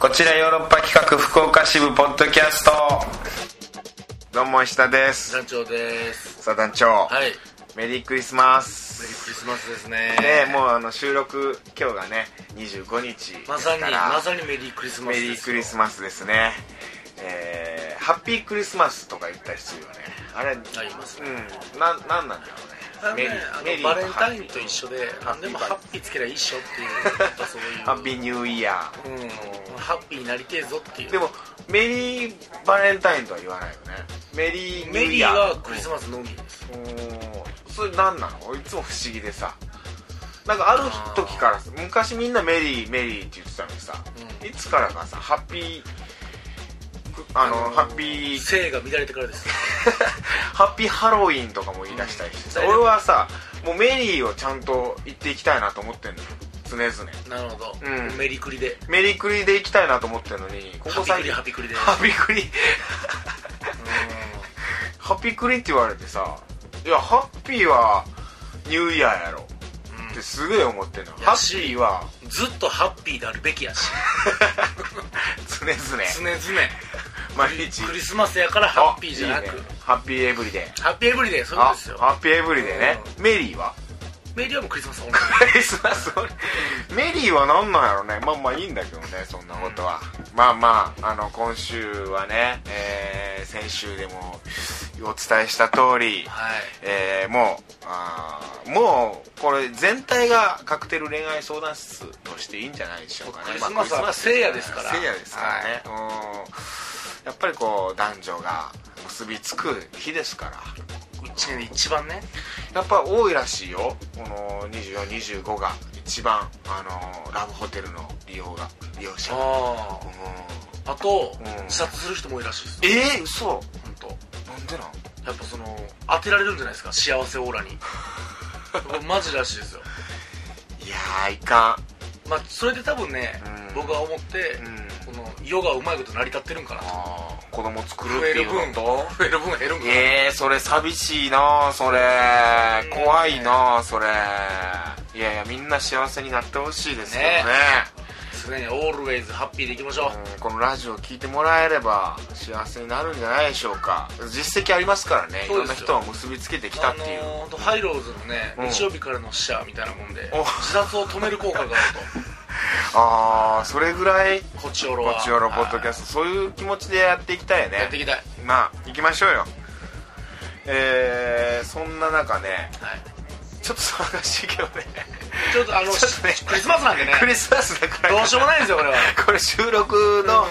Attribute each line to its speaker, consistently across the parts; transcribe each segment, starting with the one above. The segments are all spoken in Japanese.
Speaker 1: こちらヨーロッパ企画福岡支部ポッドキャストどうも石田です
Speaker 2: 団長です
Speaker 1: さあ団長、
Speaker 2: はいメリー
Speaker 1: メリークリスマス
Speaker 2: クリスマスですね
Speaker 1: ねもうあの収録今日がね25日ですから
Speaker 2: まさにまさにメリークリスマ
Speaker 1: メ
Speaker 2: スですよ
Speaker 1: リークリスマスですねえー、ハッピークリスマスとか言ったりするよねあれあり
Speaker 2: りますね
Speaker 1: うんななんなんだろ
Speaker 2: あの
Speaker 1: うね
Speaker 2: ねあのバレンタインと一緒で
Speaker 1: ハッ
Speaker 2: 何
Speaker 1: ピ
Speaker 2: で
Speaker 1: ー
Speaker 2: も
Speaker 1: バレン
Speaker 2: ハッピーつけりゃいいっしょっていうやっぱそういう
Speaker 1: ハッピーニューイヤー
Speaker 2: うんハッピーになりてえぞっていう
Speaker 1: でもメリーバレンタインとは言わないよねメリーニュ
Speaker 2: メ
Speaker 1: イ
Speaker 2: リー
Speaker 1: ヤ
Speaker 2: はクリスマスのみです
Speaker 1: おーそれ何なのいつも不思議でさなんかある時からさ昔みんなメリーメリーって言ってたのにさ、
Speaker 2: うん
Speaker 1: いつからかさハッピーくあの、ハッピー
Speaker 2: 性が乱れてからです
Speaker 1: ハッピーハロウィンとかも言い出したりしてさ、
Speaker 2: うん
Speaker 1: 俺はさもうメリーをちゃんと言っていきたいなと思ってんのよ常々
Speaker 2: なるほど
Speaker 1: うん
Speaker 2: メリクリで
Speaker 1: メリクリで行きたいなと思ってんのにこ
Speaker 2: ハ
Speaker 1: こ
Speaker 2: ピク
Speaker 1: 最
Speaker 2: リ
Speaker 1: 近
Speaker 2: ハピクリで
Speaker 1: ハピクリ
Speaker 2: うん
Speaker 1: ハピクリって言われてさいやハッピーはニューイヤーやろ
Speaker 2: うん
Speaker 1: ってすげえ思ってんのハ
Speaker 2: や
Speaker 1: ッ
Speaker 2: し
Speaker 1: ピーは
Speaker 2: ずっとハッピーであるべきやし
Speaker 1: 常々
Speaker 2: 常々
Speaker 1: 毎日
Speaker 2: クリスマスやからハッピーじゃな
Speaker 1: あいい
Speaker 2: く
Speaker 1: ねハッピーエブリデイ
Speaker 2: ハッピーエブリデイそういう
Speaker 1: あ
Speaker 2: ことですよ
Speaker 1: ハッピーエブリデイねメリーは
Speaker 2: メリーはもうクリスマスオンリー
Speaker 1: クリスマスオンリーメリーは何なんやろねまあまあいいんだけどねそんなことは、まあまああの今週はね、えー先週でもお伝えした通り、
Speaker 2: はい
Speaker 1: えーもうあーもうこれ全体がカクテル恋愛相談室としていいんじゃないでしょうかね
Speaker 2: クリスマスは
Speaker 1: まあ
Speaker 2: 聖夜ですから
Speaker 1: 聖夜ですからね、うんやっぱりこう男女が結びつく日ですから
Speaker 2: 一年で一番ね
Speaker 1: やっぱ多いらしいよこの2425が一番あのラブホテルの利用が利用者が
Speaker 2: あ
Speaker 1: うん
Speaker 2: ああと、
Speaker 1: うん
Speaker 2: 自殺する人も多いらしいですよ
Speaker 1: えー、嘘
Speaker 2: 本当。
Speaker 1: なんでなん
Speaker 2: やっぱその当てられるんじゃないですか幸せオーラに これマジらしいですよ
Speaker 1: いやーいか
Speaker 2: まあそれで多分ね、
Speaker 1: うん
Speaker 2: 僕は思って、
Speaker 1: んうん
Speaker 2: この世がうまいこと成り立ってるんかなと
Speaker 1: あー子供作るっ
Speaker 2: 増
Speaker 1: て
Speaker 2: え
Speaker 1: い
Speaker 2: る
Speaker 1: う
Speaker 2: 分
Speaker 1: のと
Speaker 2: 増える分減るんかな、
Speaker 1: えー、それ寂しいなそれ
Speaker 2: うん
Speaker 1: 怖いなそれいやいやみんな幸せになってほしいですけどね
Speaker 2: ね常にオールウェイズハッピーでいきましょう、
Speaker 1: うんこのラジオ聞いてもらえれば幸せになるんじゃないでしょうか実績ありますからねい
Speaker 2: そう
Speaker 1: ろん
Speaker 2: ですよ
Speaker 1: な人を結びつけてきたっていう、
Speaker 2: あのーほんとハイローズのね、
Speaker 1: うん
Speaker 2: 日曜日からの死者みたいなもんで
Speaker 1: お
Speaker 2: 自殺を止める効果がある
Speaker 1: ああそれぐらい
Speaker 2: とこっちおろ
Speaker 1: こ
Speaker 2: は
Speaker 1: っちよろポッドキャストそういう気持ちでやっていきたいよ
Speaker 2: トやってい
Speaker 1: ね
Speaker 2: きたい、はい、
Speaker 1: まあ行きましょうよえー、そんな中ねちょっと騒がしいけどね
Speaker 2: ちょ っとあの
Speaker 1: ちょっとね
Speaker 2: クリスマスなんでね
Speaker 1: クリスマスだから
Speaker 2: どうしようもないんですよこれは
Speaker 1: これ収録の、
Speaker 2: うん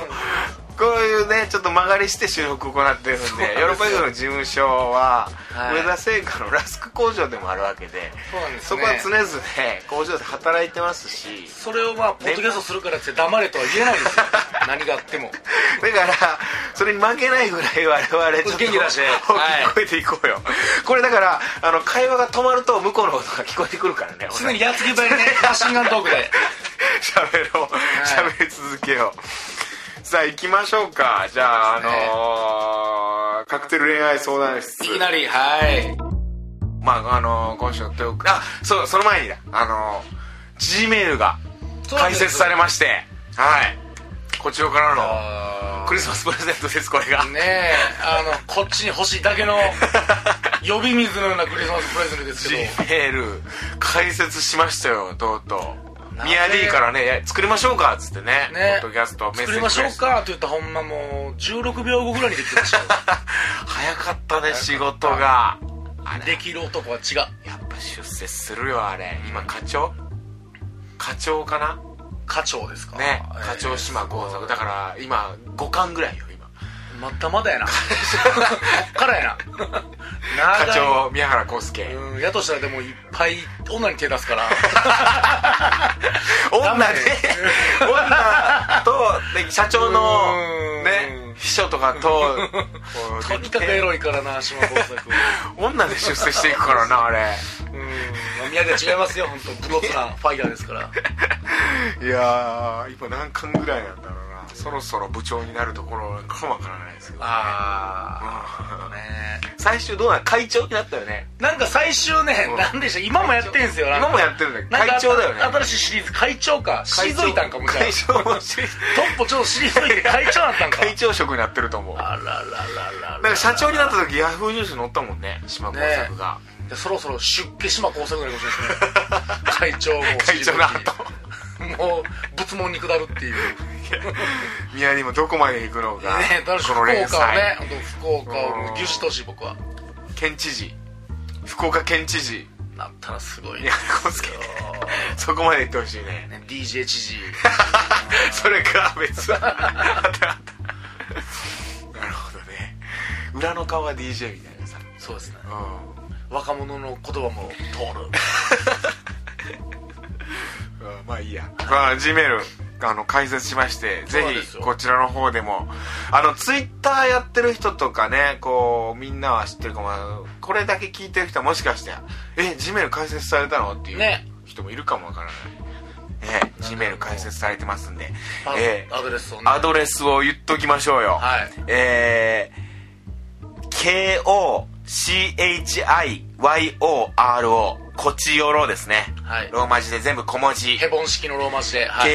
Speaker 1: こういうねちょっと曲がりして収録を行ってるんで
Speaker 2: そうなんですよ
Speaker 1: ヨーロッパ企画の事務所は、
Speaker 2: はい
Speaker 1: 上田製菓のラスク工場でもあるわけで
Speaker 2: そうなんですね
Speaker 1: そこは常々工場で働いてますし
Speaker 2: それをまあポッドキャストするからって黙れとは 言えないですよ何があっても
Speaker 1: だからそれに負けないぐらい我々ちょっと
Speaker 2: 元気出しては
Speaker 1: 大
Speaker 2: い
Speaker 1: きく声でいこうよ、これだからあの会話が止まると向こうの音が聞こえてくるからね
Speaker 2: 常にやっつけばい ねマシンガントークで
Speaker 1: 喋ろう
Speaker 2: い
Speaker 1: 喋り続けようさあ行きましょうかじゃあ、
Speaker 2: そうですね
Speaker 1: あのーカクテル恋愛相談室
Speaker 2: いきなりはい
Speaker 1: まああのー今週のトークあそうその前にだあのー G メールが開設され
Speaker 2: ま
Speaker 1: ましてはいこちらからの
Speaker 2: あ
Speaker 1: クリスマスプレゼントですこれが
Speaker 2: ーねえあのこっちに欲しいだけ の呼び水のようなクリスマスプレゼントですけ
Speaker 1: G
Speaker 2: ど
Speaker 1: メール開設しましたよとうとう
Speaker 2: なぜ
Speaker 1: ミヤ D からねいや作りましょうかっつってね
Speaker 2: ね
Speaker 1: ポッドキャストメッセージ
Speaker 2: 作りましょうかって言ったらほんまもう16秒後ぐらいにできましたよ
Speaker 1: 早かったね仕事があれ
Speaker 2: できる男は違う
Speaker 1: やっぱ出世するよあれ今課長課長かな
Speaker 2: 課長ですか
Speaker 1: ね
Speaker 2: えー
Speaker 1: 課長島耕作だから今5巻ぐらいよ今
Speaker 2: まだま だやなこっからやな長い
Speaker 1: 課長宮原康介
Speaker 2: うんやとしたらでもいっぱい女に手出すから
Speaker 1: 女ね
Speaker 2: ダメ
Speaker 1: 女とで社長の
Speaker 2: うん
Speaker 1: ね秘書とかとこう
Speaker 2: とにかくエロいから な島耕作
Speaker 1: 女で出世していくからなあれ
Speaker 2: うんまあ宮では違いますよ本当武骨なファイヤーですから
Speaker 1: いやー今何巻ぐらいなんだろうなそろそろ部長になるところかもわからないですけど
Speaker 2: ああね
Speaker 1: 最終どうなん会長になったよね
Speaker 2: なんか最終ね
Speaker 1: うん
Speaker 2: なんでした今もやってんすよなんか
Speaker 1: 今もやってるんだけど
Speaker 2: なんか
Speaker 1: 会長だよね
Speaker 2: 新しいシリーズ会長か退いたんかもじゃあ
Speaker 1: 会長もし
Speaker 2: トッポちょっと退いて会長だったんか
Speaker 1: 会長職になってると思う
Speaker 2: あららららら
Speaker 1: なんか社長になった時ヤフーニュースに載ったもんね島耕作が、
Speaker 2: でそろそろ出家島工作ぐらいかもし れないですね会長も
Speaker 1: 会長の後
Speaker 2: もう仏門に下るっていう
Speaker 1: 宮にもどこまで行くのか、
Speaker 2: ねだから
Speaker 1: こ
Speaker 2: 福
Speaker 1: の
Speaker 2: 岡をね
Speaker 1: 連載、
Speaker 2: 本当福岡をもう牛耳ってほしい僕は
Speaker 1: 県知事福岡県知事
Speaker 2: なったらすごい
Speaker 1: いやこすけそこまで行ってほしいね
Speaker 2: ね DJ 知 事
Speaker 1: それか別 だあったあったなるほどね裏の顔は DJ みたいなさ
Speaker 2: そうですね
Speaker 1: う
Speaker 2: 若者の言葉も通る
Speaker 1: ん、うんまあいいやまあ G メールあの解説しまして
Speaker 2: そう
Speaker 1: ぜ
Speaker 2: なんです
Speaker 1: ひ
Speaker 2: よ
Speaker 1: こちらの方でもあのツイッターやってる人とかねこうみんなは知ってるかもこれだけ聞いてる人はもしかしてえ G メール解説されたのっていう
Speaker 2: ね
Speaker 1: 人もいるかもわからないね G メール解説されてますんで
Speaker 2: パ
Speaker 1: えー
Speaker 2: アドレスをね
Speaker 1: アドレスを言っときましょうよ
Speaker 2: はい
Speaker 1: えー、KOCHIYORO こちよろですね、
Speaker 2: はい
Speaker 1: ローマ字で全部小文字
Speaker 2: ヘボン式のローマ字ではい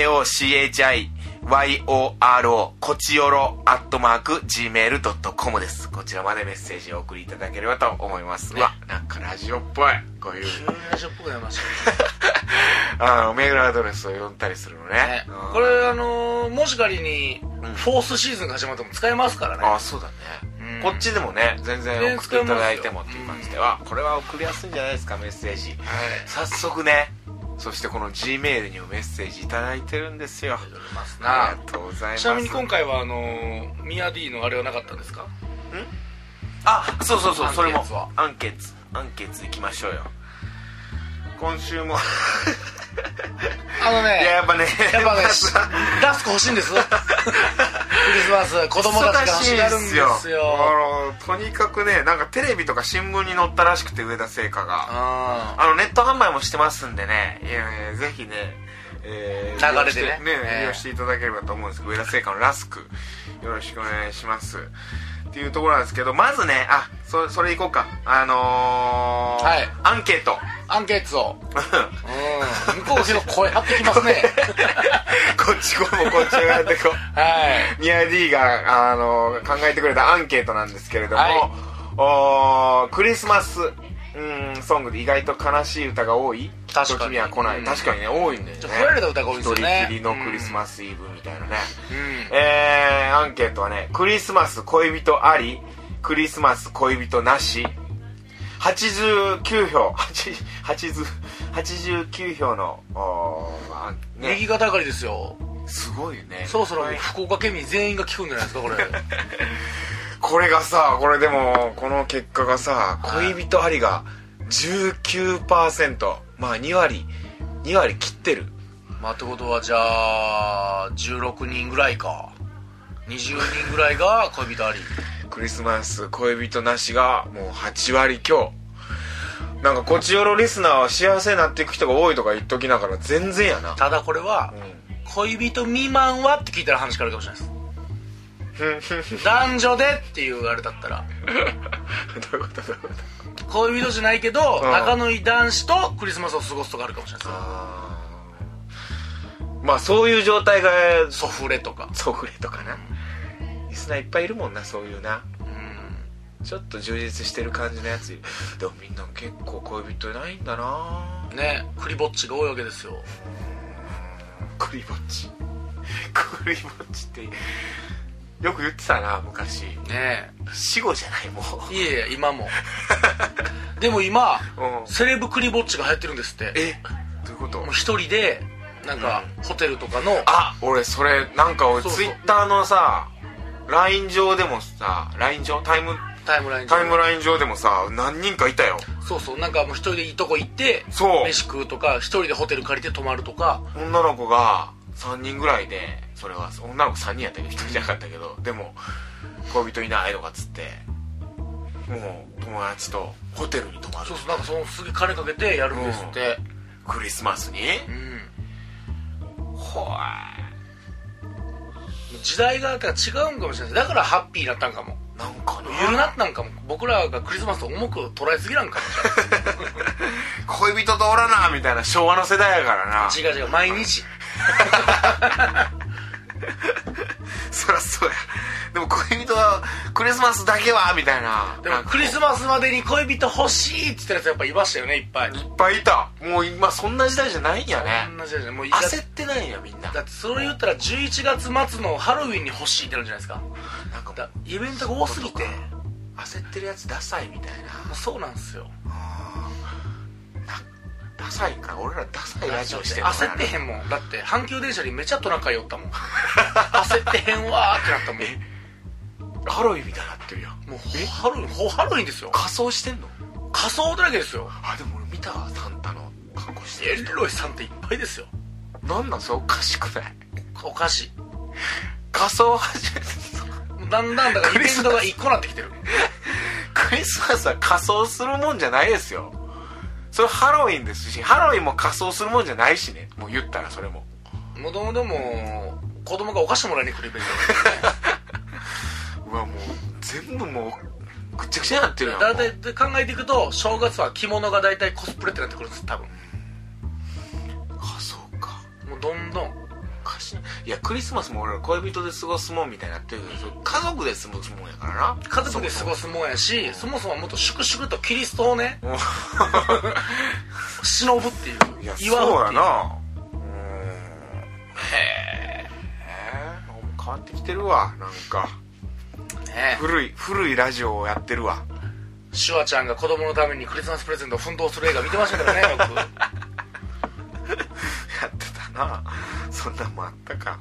Speaker 1: KOCHIYORO こちよろアットマーク Gmail.com ですこちらまでメッセージを送りいただければと思います、
Speaker 2: ね
Speaker 1: うわなんかラジオっぽいこういう
Speaker 2: 急にラジオっぽくなりました
Speaker 1: あのメールアドレスを呼んだりするのね
Speaker 2: ね
Speaker 1: うん
Speaker 2: これあのーもし仮に
Speaker 1: ん
Speaker 2: フォースシーズンが始まっても使えますからね
Speaker 1: ああそうだね、
Speaker 2: うん
Speaker 1: こっちでもね全然送っていただいてもっていう感じで
Speaker 2: 全然使えますよ
Speaker 1: はこれは送りやすいんじゃないですかメッセージ
Speaker 2: はい
Speaker 1: 早速ねそしてこの G メールにもメッセージいただいてるんですよ
Speaker 2: いろいろます
Speaker 1: あ
Speaker 2: な
Speaker 1: りがとうございます
Speaker 2: ちなみに今回はあのーミヤ D のあれはなかったんですか
Speaker 1: あそうそうそうそれ
Speaker 2: ア
Speaker 1: も
Speaker 2: ンケーツは
Speaker 1: アンケーツアンケーツいきましょうよ今週も
Speaker 2: あの
Speaker 1: いや
Speaker 2: ね
Speaker 1: やっぱね
Speaker 2: や っぱ
Speaker 1: ま
Speaker 2: ね
Speaker 1: た
Speaker 2: 出す子欲しいんですクリスマス子供たち
Speaker 1: 忙
Speaker 2: が
Speaker 1: し
Speaker 2: 欲
Speaker 1: い
Speaker 2: し
Speaker 1: で
Speaker 2: がるんですす
Speaker 1: よ
Speaker 2: よ
Speaker 1: あのとにかくねなんかテレビとか新聞に載ったらしくて上田製菓が
Speaker 2: あ
Speaker 1: あの、ネット販売もしてますんでね、いやいやぜひね、え
Speaker 2: 流れでね
Speaker 1: 利用して
Speaker 2: ええ
Speaker 1: 利用していただければと思うんですけど、上田製菓のラスク、よろしくお願いします。っていうところなんですけど、まずね、あ、そそれいこうか。あのー、
Speaker 2: はい
Speaker 1: アンケート。
Speaker 2: ーアンケーツをうん向こう後ろ声張ってきますね
Speaker 1: こっちこうもこっちをやってこう。
Speaker 2: はい
Speaker 1: ミヤ D が、あのー考えてくれたアンケートなんですけれども、
Speaker 2: はい
Speaker 1: おークリスマス、うん、ソングで意外と悲しい歌が多い
Speaker 2: 確か
Speaker 1: 時
Speaker 2: に
Speaker 1: には来ない。
Speaker 2: うん
Speaker 1: 確かにね、多いんだよね。
Speaker 2: ちょっと振られた歌が多いですよね
Speaker 1: 一人きりのクリスマスイブみたいなね。
Speaker 2: うん
Speaker 1: えー、アンケートはね、クリスマス恋人あり、クリスマス恋人なし、89票、8 80 89票の、おーまあ
Speaker 2: 右
Speaker 1: ね、
Speaker 2: 肩上がりですよ
Speaker 1: すごいよね。
Speaker 2: そろそろ福岡県民全員が聞くんじゃないですかこれ
Speaker 1: これがさこれでもこの結果がさ
Speaker 2: はい
Speaker 1: 恋人ありが19%まあ2割2割切ってる
Speaker 2: まあってことはじゃあ16人ぐらいか20人ぐらいが恋人あり
Speaker 1: クリスマス恋人なしがもう8割強なんかこっちよろリスナーは幸せになっていく人が多いとか言っときながら全然やな
Speaker 2: ただこれは恋人未満はって聞いたら話変わるかもしれないです男女でっていうあれだったら
Speaker 1: どういうことどういうこと
Speaker 2: 恋人じゃないけど
Speaker 1: うん
Speaker 2: 仲のいい男子とクリスマスを過ごすとかあるかもしれないで
Speaker 1: あーまあそういう状態が
Speaker 2: すソフレとか
Speaker 1: ソフレとかなリスナーいっぱいいるもんなそういうな
Speaker 2: うん
Speaker 1: ちょっと充実してる感じのやつでもみんな結構恋人いないんだな
Speaker 2: ねクリぼっちが多いわけですよ
Speaker 1: クリぼっちクリぼっちってよく言ってたな昔
Speaker 2: ね
Speaker 1: 死後じゃないも
Speaker 2: えいえいえ 今もでも今
Speaker 1: う、
Speaker 2: セレブクリぼっちが流行ってるんですって
Speaker 1: えどういうこと
Speaker 2: もう一人でなんかホテルとかの
Speaker 1: あ俺それなんか俺
Speaker 2: そうそう
Speaker 1: ツイッターのさ LINE 上でもさ LINE 上タイム
Speaker 2: タイムライン上
Speaker 1: タイムライン上でもさ何人かいたよ
Speaker 2: そうそうなんかもう一人でいいとこ行って
Speaker 1: そう
Speaker 2: 飯食うとか一人でホテル借りて泊まるとか
Speaker 1: 女の子が3人ぐらいでそれは女の子3人やったけど1人じゃなかったけどでも恋人いないとかっつってもう友達とホテルに泊まる
Speaker 2: そうそうなんかそのすげえ金かけてやるんですって
Speaker 1: クリスマスに
Speaker 2: うん、
Speaker 1: 怖
Speaker 2: 時代がだから違うんかもしれないだからハッピーだったんかも
Speaker 1: いなんかな
Speaker 2: 言うななんかも僕らがクリスマスを重く捉えすぎなんかもしれない
Speaker 1: 恋人とおらなみたいな昭和の世代やからな
Speaker 2: 違う違う毎日
Speaker 1: そりゃそうやでも恋人はクリスマスだけはみたいな
Speaker 2: で
Speaker 1: な
Speaker 2: も
Speaker 1: んか
Speaker 2: クリスマスまでに恋人欲しいって言ったやつやっぱいましたよねいっぱい
Speaker 1: いっぱいいたもう今そんな時代じゃないんやね
Speaker 2: 同じだよねもういだ
Speaker 1: 焦ってないんやみんな
Speaker 2: だってそれ言ったら11月末のハロウィンに欲しいってなるじゃないですか
Speaker 1: なんかもう
Speaker 2: だイベントが多すぎても
Speaker 1: 焦ってるやつダサいみたいな
Speaker 2: うそうなんですよ
Speaker 1: ダサいんか俺らダサいラジオしてる
Speaker 2: 焦ってへんもんだって阪急電車にめちゃトナカイ寄ったも ん焦ってへんわーってなったもん
Speaker 1: ハロウィンみたいになってるやん
Speaker 2: もうハロウィンほハロウィンですよ
Speaker 1: 仮装してんの
Speaker 2: 仮装だらけですよ
Speaker 1: あでも俺見たわサンタの格好して
Speaker 2: エ
Speaker 1: る
Speaker 2: ルロイさんっていっぱいですよ
Speaker 1: なんなんそれおかしくない
Speaker 2: お菓子
Speaker 1: 仮装始めて
Speaker 2: だんだんだからイベントが1個なってきてる
Speaker 1: クリスマスは仮装するもんじゃないですよそれハロウィンですしハロウィンも仮装するもんじゃないしねもう言ったらそれも
Speaker 2: もともともう子供がお菓子もらいに来るイベン
Speaker 1: うわもう全部もうぐっちゃぐち ゃになって
Speaker 2: ト
Speaker 1: るやん
Speaker 2: だい
Speaker 1: も
Speaker 2: たい考えていくと正月は着物がだいたいコスプレってなってくるんです多分
Speaker 1: う仮装か
Speaker 2: もうどんどん
Speaker 1: おかしいいやクリスマスも俺ら恋人で過ごすもんみたいになってるけどそれ家族で過ごすもんやからな
Speaker 2: 家族で過ご
Speaker 1: す
Speaker 2: すもんやしそもそももっと粛々とキリストをね忍ぶっていう
Speaker 1: いや
Speaker 2: 祝う
Speaker 1: そうや
Speaker 2: ってい
Speaker 1: なうー
Speaker 2: う
Speaker 1: んへえ変わってきてるわなんか
Speaker 2: ね
Speaker 1: 古い古いラジオをやってるわ
Speaker 2: シュワちゃんが子供のためにクリスマスプレゼントを奮闘する映画見てましたからね僕
Speaker 1: やってたなそんなんもあったか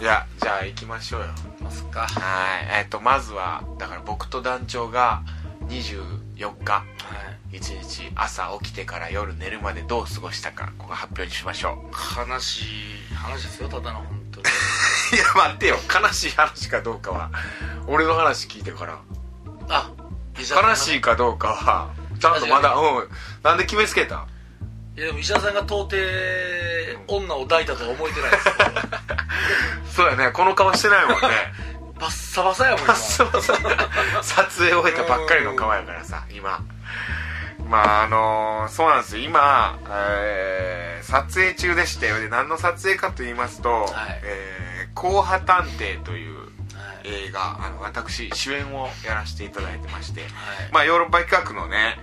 Speaker 1: いやじ ゃあ行きましょうよ
Speaker 2: ますかは
Speaker 1: はいえっ、とまずはだから僕と団長が24日1日朝起きてから夜寝るまでどう過ごしたかここ発表にしましょ
Speaker 2: い悲しい話ですよただの本当に
Speaker 1: ういや待ってよ悲しい話かどうかは俺の話聞いてから
Speaker 2: あ
Speaker 1: 悲しいかどうかはちゃんとまだうんなんで決めつけた
Speaker 2: いやでも石田さんが到底女を抱いたとは思えてないですよ
Speaker 1: そうやねこの顔してないもんね
Speaker 2: バッサバサやもん 今
Speaker 1: そうそう撮影終えたばっかりの顔やからさ今まああのーそうなんですよ今、えー撮影中でしてで何の撮影かと言いますと「
Speaker 2: い
Speaker 1: えー硬派探偵」という
Speaker 2: はい
Speaker 1: 映画あの私主演をやらせていただいてまして、
Speaker 2: はい
Speaker 1: まあ、ヨーロッパ企画のね、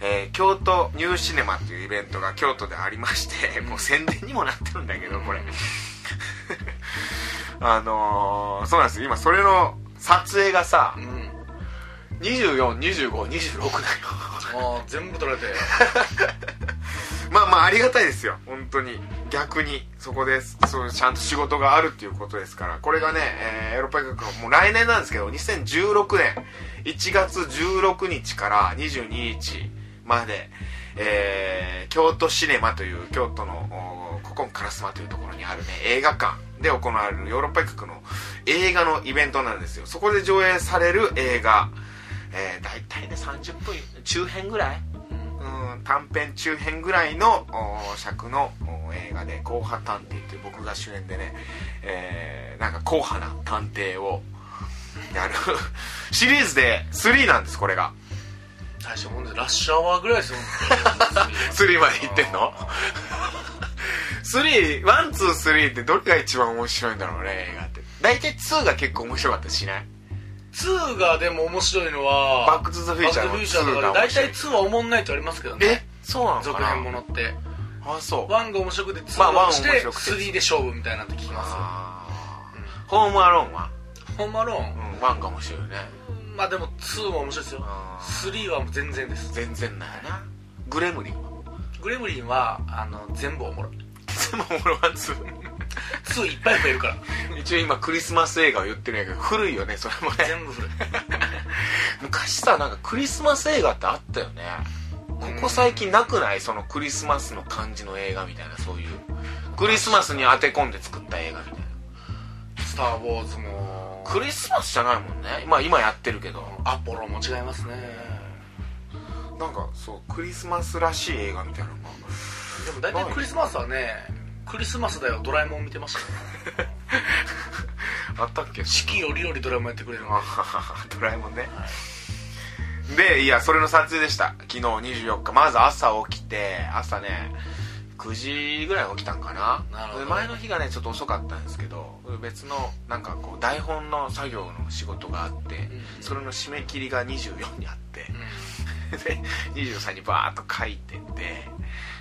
Speaker 1: えー京都ニューシネマっていうイベントが京都でありまして、もう宣伝にもなってるんだけどこれあのーそうなんですよ今それの撮影がさ
Speaker 2: うん
Speaker 1: 242526なの
Speaker 2: ああ全部取られて
Speaker 1: まあまあありがたいですよ本当に逆にそこですそうちゃんと仕事があるっていうことですからこれがね、えーヨーロッパ企画もう来年なんですけど2016年1月16日から22日まで、えー京都シネマという京都のおーココン烏丸というところにあるね映画館で行われるヨーロッパ企画の映画のイベントなんですよそこで上映される映画、えー、大体ね30分中編ぐらいうん短編中編ぐらいのお尺のお映画で「硬派探偵」っていう僕が主演でね、えーなんか硬派な探偵をやる シリーズで3なんですこれが
Speaker 2: 大したもんですラッシュアワーぐらいですよ本当に
Speaker 1: 3までいってんの ?3,1,2,3 ってどれが一番面白いんだろうね映画って大体2が結構面白かったりしない
Speaker 2: 2がでも面白いのは
Speaker 1: バック・トゥ・ザ・フューチャーの
Speaker 2: バックトゥザフューチ
Speaker 1: 2が
Speaker 2: ャーとかで
Speaker 1: 面
Speaker 2: 大
Speaker 1: 白い
Speaker 2: 体2はおもんないとありますけどね
Speaker 1: えそうなの
Speaker 2: 続
Speaker 1: か
Speaker 2: 編
Speaker 1: な
Speaker 2: ものって
Speaker 1: あそう
Speaker 2: 1が面白くて2
Speaker 1: まあ
Speaker 2: が面
Speaker 1: ワン面
Speaker 2: 白
Speaker 1: 白
Speaker 2: く
Speaker 1: く
Speaker 2: て
Speaker 1: て
Speaker 2: 3で勝負みたいなって聞きま
Speaker 1: あーホームアローンは
Speaker 2: すホンマロー
Speaker 1: う
Speaker 2: ン
Speaker 1: んワンが面白いよね
Speaker 2: まあでも2も面白いですよ
Speaker 1: あー
Speaker 2: 3はもう全然です
Speaker 1: 全然ないなグレムリンは
Speaker 2: グレムリンはあの全部おもろい
Speaker 1: 全部俺はず
Speaker 2: 2いっぱい増える から
Speaker 1: 一応今クリスマス映画を言ってるんやけど古いよねそれもね
Speaker 2: 全部古い
Speaker 1: 昔さなんかクリスマス映画ってあったよねここ最近なくないそのクリスマスの感じの映画みたいなそういうクリスマスに当て込んで作った映画みたいな
Speaker 2: 「スター・ウォーズ」も
Speaker 1: クリスマスじゃないもんねまあ今やってるけど
Speaker 2: アポロも違いますね
Speaker 1: なんかそうクリスマスらしい映画みたいなのが
Speaker 2: でも大体クリスマスはねクリスマスだよドラえもん見てましたから
Speaker 1: あったっけ
Speaker 2: 四季折々ドラえもんやってくれるの
Speaker 1: あ ドラえもんね、でいやそれの撮影でした昨日24日まず朝起きて朝ね9時ぐらい起きたんかな
Speaker 2: なるほど
Speaker 1: で前の日がねちょっと遅かったんですけど別のなんかこう台本の作業の仕事があって、
Speaker 2: ん
Speaker 1: それの締め切りが24にあって、 で23にバーッと書いてって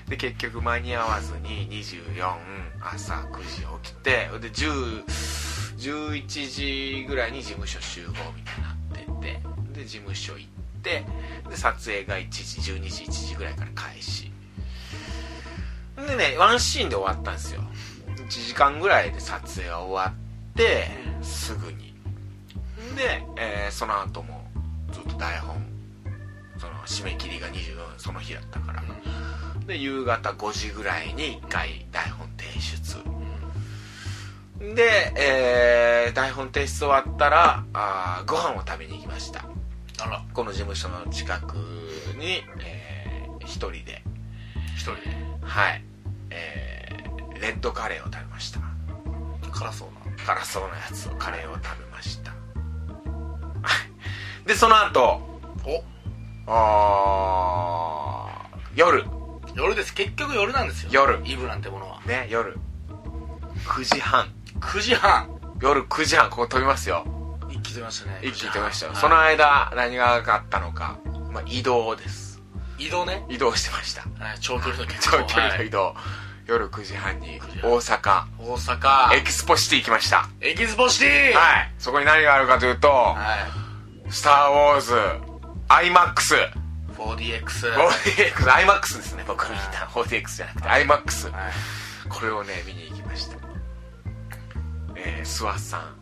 Speaker 1: で結局間に合わずに24朝9時起きてで10 11時ぐらいに事務所集合みたいになっててで事務所行ってで撮影が1時12時1時ぐらいから開始でねワンシーンで終わったんですよ1時間ぐらいで撮影が終わってすぐにで、えーその後もずっと台本その締め切りが24その日だったから、で夕方5時ぐらいに1回台本提出で、えー台本提出終わったらあーご飯を食べに行きました
Speaker 2: あら
Speaker 1: この事務所の近くに、えー、1人で
Speaker 2: 一人
Speaker 1: はいえーレッドカレーを食べました
Speaker 2: 辛そうな
Speaker 1: 辛そうなやつをカレーを食べましたはいでその後
Speaker 2: お
Speaker 1: あー夜
Speaker 2: 夜です結局夜なんですよ
Speaker 1: 夜
Speaker 2: イブなんてものは
Speaker 1: ね夜9時半
Speaker 2: 9時半
Speaker 1: 夜9時半ここ飛びますよ
Speaker 2: 一気出ましたね
Speaker 1: 一気に飛びましたよ、
Speaker 2: はい
Speaker 1: その間何があったのか、まあ、移動です
Speaker 2: 移動ね
Speaker 1: 移動してました
Speaker 2: はい長距離の 結
Speaker 1: 長
Speaker 2: 婚
Speaker 1: 距離の移
Speaker 2: はい
Speaker 1: 動、夜9時半に
Speaker 2: 9時半
Speaker 1: 大阪
Speaker 2: 大阪
Speaker 1: エキスポシティ行きました
Speaker 2: エキスポシティ
Speaker 1: はいそこに何があるかというと「
Speaker 2: は
Speaker 1: スター・ウォーズ」IMAX
Speaker 2: い 4DX
Speaker 1: 4DX IMAX ですね僕が見た 4DX じゃなくて IMAX
Speaker 2: はい
Speaker 1: これをね見に行きましたえー、諏訪さん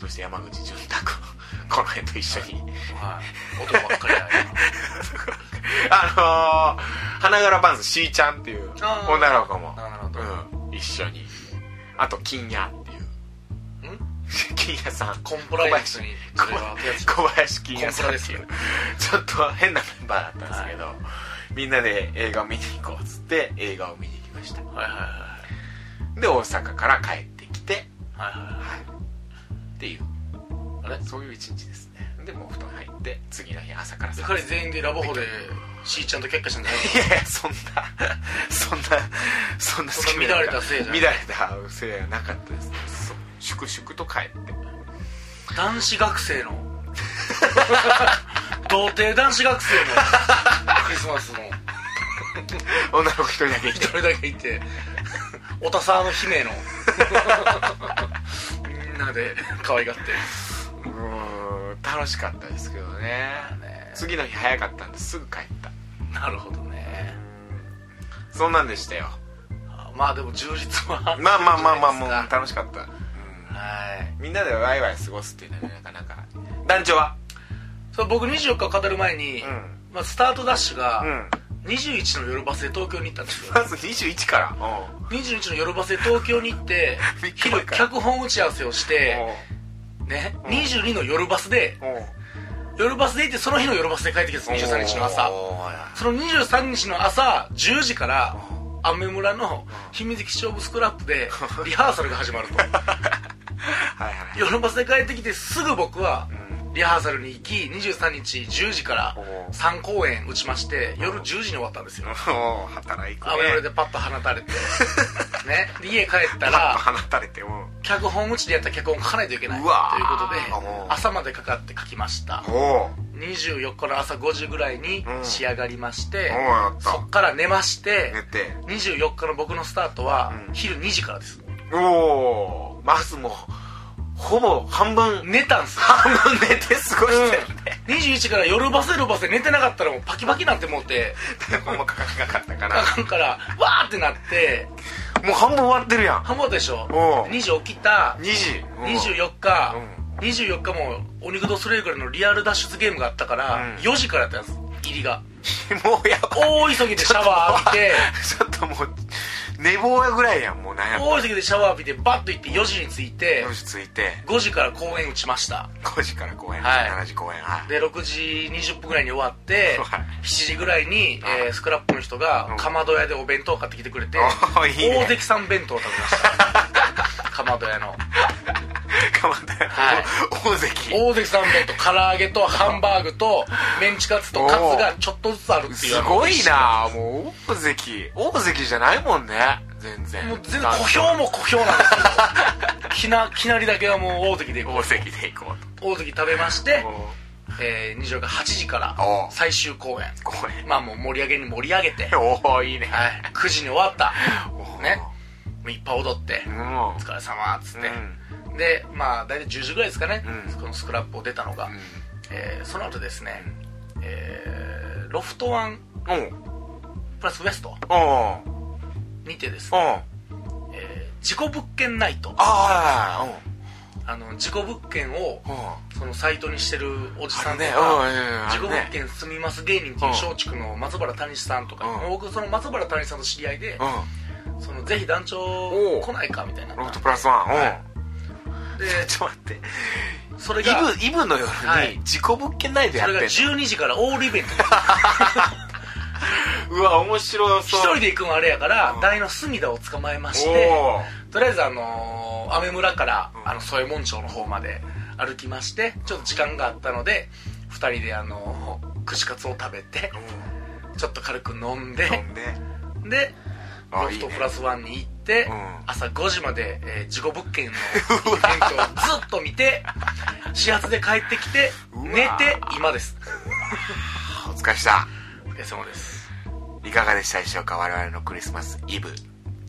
Speaker 1: そして山口潤太君 この辺と一緒に、
Speaker 2: はい音ばっかりや
Speaker 1: あのー、花柄パンツしーちゃんっていう
Speaker 2: あー
Speaker 1: 女の子も
Speaker 2: なるほど
Speaker 1: うん、一緒にあと金谷っていうん 金谷さん
Speaker 2: コンプライアンスに
Speaker 1: 小
Speaker 2: それは手厚
Speaker 1: 林
Speaker 2: い
Speaker 1: 小林金谷さんってい
Speaker 2: コ
Speaker 1: う
Speaker 2: ン
Speaker 1: ちょっと変なメンバーだったんですけど、みんなで映画を見に行こうっつって映画を見に行きました
Speaker 2: はいはいはい
Speaker 1: で大阪から帰ってきて
Speaker 2: はいは
Speaker 1: はいっていう
Speaker 2: いはいあれ
Speaker 1: そういう一日ですねでもう布団入って次の日朝から
Speaker 2: で
Speaker 1: 撮
Speaker 2: 彼
Speaker 1: 影
Speaker 2: 全員でラボホでしーちゃんと結果したんじゃない
Speaker 1: いやいやそんなそんなそんな
Speaker 2: そんな
Speaker 1: な
Speaker 2: 乱れたせいじゃな
Speaker 1: 乱
Speaker 2: い
Speaker 1: れたせいじゃなかったですねそう粛々と帰って
Speaker 2: 男子学生の童貞男子学生のクリスマスの
Speaker 1: 女の子一人だけ来
Speaker 2: 一
Speaker 1: て
Speaker 2: 人だけいておたさの姫のみんなで可愛がって
Speaker 1: うーん楽しかったですけどね
Speaker 2: ね
Speaker 1: 次の日早かったんですぐ帰った
Speaker 2: なるほどね
Speaker 1: そんなんでしたよ
Speaker 2: あまあでも充実はあるんじ
Speaker 1: ま
Speaker 2: ゃ
Speaker 1: あまあまあまあ
Speaker 2: ないで
Speaker 1: もう
Speaker 2: すか
Speaker 1: 楽しかった、うん
Speaker 2: はい
Speaker 1: みんなでワイワイ過ごすっていうのはねなかなか団長は
Speaker 2: そう僕24日を語る前に、
Speaker 1: うん
Speaker 2: まあ、スタートダッシュ
Speaker 1: う
Speaker 2: が
Speaker 1: ん
Speaker 2: 21の夜バスで東京に行った んですよ
Speaker 1: まず21からう
Speaker 2: 21の夜バスで東京に行って
Speaker 1: びっくり
Speaker 2: 昼脚本打ち合わせをしてね
Speaker 1: ん
Speaker 2: 22の夜バスで
Speaker 1: おうおう
Speaker 2: 夜バスで行ってその日の夜バスで帰ってきたんです23日の朝
Speaker 1: おうおう
Speaker 2: その23日の朝10時からアメ村の秘密基地オブスクラップでリハーサルが始ま ると
Speaker 1: はいはい
Speaker 2: 夜バスで帰ってきてすぐ僕は
Speaker 1: う
Speaker 2: リハーサルに行き23日10時から
Speaker 1: お
Speaker 2: 3公演打ちまして夜10時に終わったんですよ
Speaker 1: もう働くね
Speaker 2: アメ村でパッと放たれ てねで家帰っ
Speaker 1: パ
Speaker 2: た
Speaker 1: ッと
Speaker 2: ら
Speaker 1: 放たれても
Speaker 2: 脚本打ちでやった脚本書かないといけないと
Speaker 1: う
Speaker 2: いう
Speaker 1: わー
Speaker 2: ことで
Speaker 1: お
Speaker 2: 朝までかかって書きました
Speaker 1: おお
Speaker 2: 24日の朝5時ぐらいに
Speaker 1: うん
Speaker 2: 仕上がりまして
Speaker 1: おうやった
Speaker 2: そっから寝まして
Speaker 1: 寝て
Speaker 2: 24日の僕のスタートは
Speaker 1: うん
Speaker 2: 昼2時からです、
Speaker 1: おおまずもうほぼ半分
Speaker 2: 寝たん すよ
Speaker 1: 半分寝て過ごしてるね、
Speaker 2: 21から夜バス夜バスで寝てなかったらもうパキパキなんてもうて
Speaker 1: ほんまかかんなかったか
Speaker 2: あ
Speaker 1: ら
Speaker 2: かんからわーってなって
Speaker 1: もう半分終わってるやん
Speaker 2: 半分でしょ
Speaker 1: おう
Speaker 2: 2時起きた
Speaker 1: 2時
Speaker 2: 24日
Speaker 1: う
Speaker 2: 24日もお肉とそれぐらいのリアル脱出ゲームがあったから
Speaker 1: うん
Speaker 2: 4時からやったんです入りが
Speaker 1: もうやばい
Speaker 2: 大急ぎでシャワー浴びて
Speaker 1: ちょっともう寝坊ぐらいやんもうなんやったら
Speaker 2: 多い時でシャワー浴びてバッと行って4時に着いて
Speaker 1: よし着いて
Speaker 2: 5時から公演打ちました
Speaker 1: 5時から公演、
Speaker 2: はい
Speaker 1: 7時公演はい
Speaker 2: で6時20分ぐらいに終わって
Speaker 1: はい
Speaker 2: 7時ぐらいに、えースクラップの人が
Speaker 1: ん
Speaker 2: かまど屋でお弁当を買ってきてくれて
Speaker 1: おーいいね
Speaker 2: 大関さん弁当を食べまし たかまど屋の
Speaker 1: かまったよ、
Speaker 2: はい
Speaker 1: 大関
Speaker 2: 大関さん弁当唐揚げとハンバーグとメンチカツとカツがちょっとずつあるっていう
Speaker 1: すごいなもう大関大関じゃないもんね全然
Speaker 2: もう全然小兵も小兵なんですけどきな きなりだけはもう大関で行こう
Speaker 1: 大関で行こう
Speaker 2: 大関食べまして
Speaker 1: と、
Speaker 2: えー、24が8時から
Speaker 1: おう
Speaker 2: 最終公演
Speaker 1: 公演
Speaker 2: まあもう盛り上げに盛り上げて、はい、
Speaker 1: おおいいね
Speaker 2: 9時に終わった
Speaker 1: おう
Speaker 2: ねもういっぱい踊って、
Speaker 1: うん
Speaker 2: お疲れ様っつって、
Speaker 1: う
Speaker 2: でまあ大体10時ぐらいですかね、
Speaker 1: うん
Speaker 2: このスクラップを出たのが、えーその後ですね、えーロフトワン
Speaker 1: うんうん
Speaker 2: プラスウエスト
Speaker 1: うん
Speaker 2: にてです
Speaker 1: う
Speaker 2: ね、
Speaker 1: ん
Speaker 2: えー事故物件ナイト
Speaker 1: ああ
Speaker 2: あの事故物件を
Speaker 1: うんうん
Speaker 2: そのサイトにしてるおじ
Speaker 1: あ
Speaker 2: さ
Speaker 1: る
Speaker 2: んと
Speaker 1: ね
Speaker 2: か、
Speaker 1: うん
Speaker 2: 自己物
Speaker 1: あるね
Speaker 2: 件住みます芸人っていう松竹の松原谷さんとか、
Speaker 1: うん
Speaker 2: 僕その松原谷さんと知り合いで、
Speaker 1: う
Speaker 2: そのぜひ団長
Speaker 1: おう
Speaker 2: 来ないかみたいなん
Speaker 1: ロフトプラスワンうん
Speaker 2: で
Speaker 1: ちょっと待って
Speaker 2: それが
Speaker 1: イブイブの夜
Speaker 2: はい
Speaker 1: に自己物件内でや
Speaker 2: そ
Speaker 1: って
Speaker 2: れ
Speaker 1: ん
Speaker 2: が
Speaker 1: の
Speaker 2: 12時からオールイベントです
Speaker 1: うわ面白
Speaker 2: 一
Speaker 1: そう
Speaker 2: 人で行くんはあれやから、
Speaker 1: うん
Speaker 2: 台の隅田を捕まえまして
Speaker 1: おお
Speaker 2: とりあえずあのー、雨村から、
Speaker 1: うん
Speaker 2: あの添右衛門町の方まで歩きましてちょっと時間があったので2人であのー、串カツを食べてちょっと軽く飲んで
Speaker 1: 飲んで
Speaker 2: で
Speaker 1: あ
Speaker 2: ロフト
Speaker 1: いいね
Speaker 2: プラスワンに行って
Speaker 1: うん
Speaker 2: 朝5時まで、えー、事故物 件のイベントをずっと見て始発で帰ってきて
Speaker 1: うわ
Speaker 2: 寝て今です
Speaker 1: お疲れっした
Speaker 2: お疲れ様です
Speaker 1: いかがでしたでしょうか我々のクリスマスイブ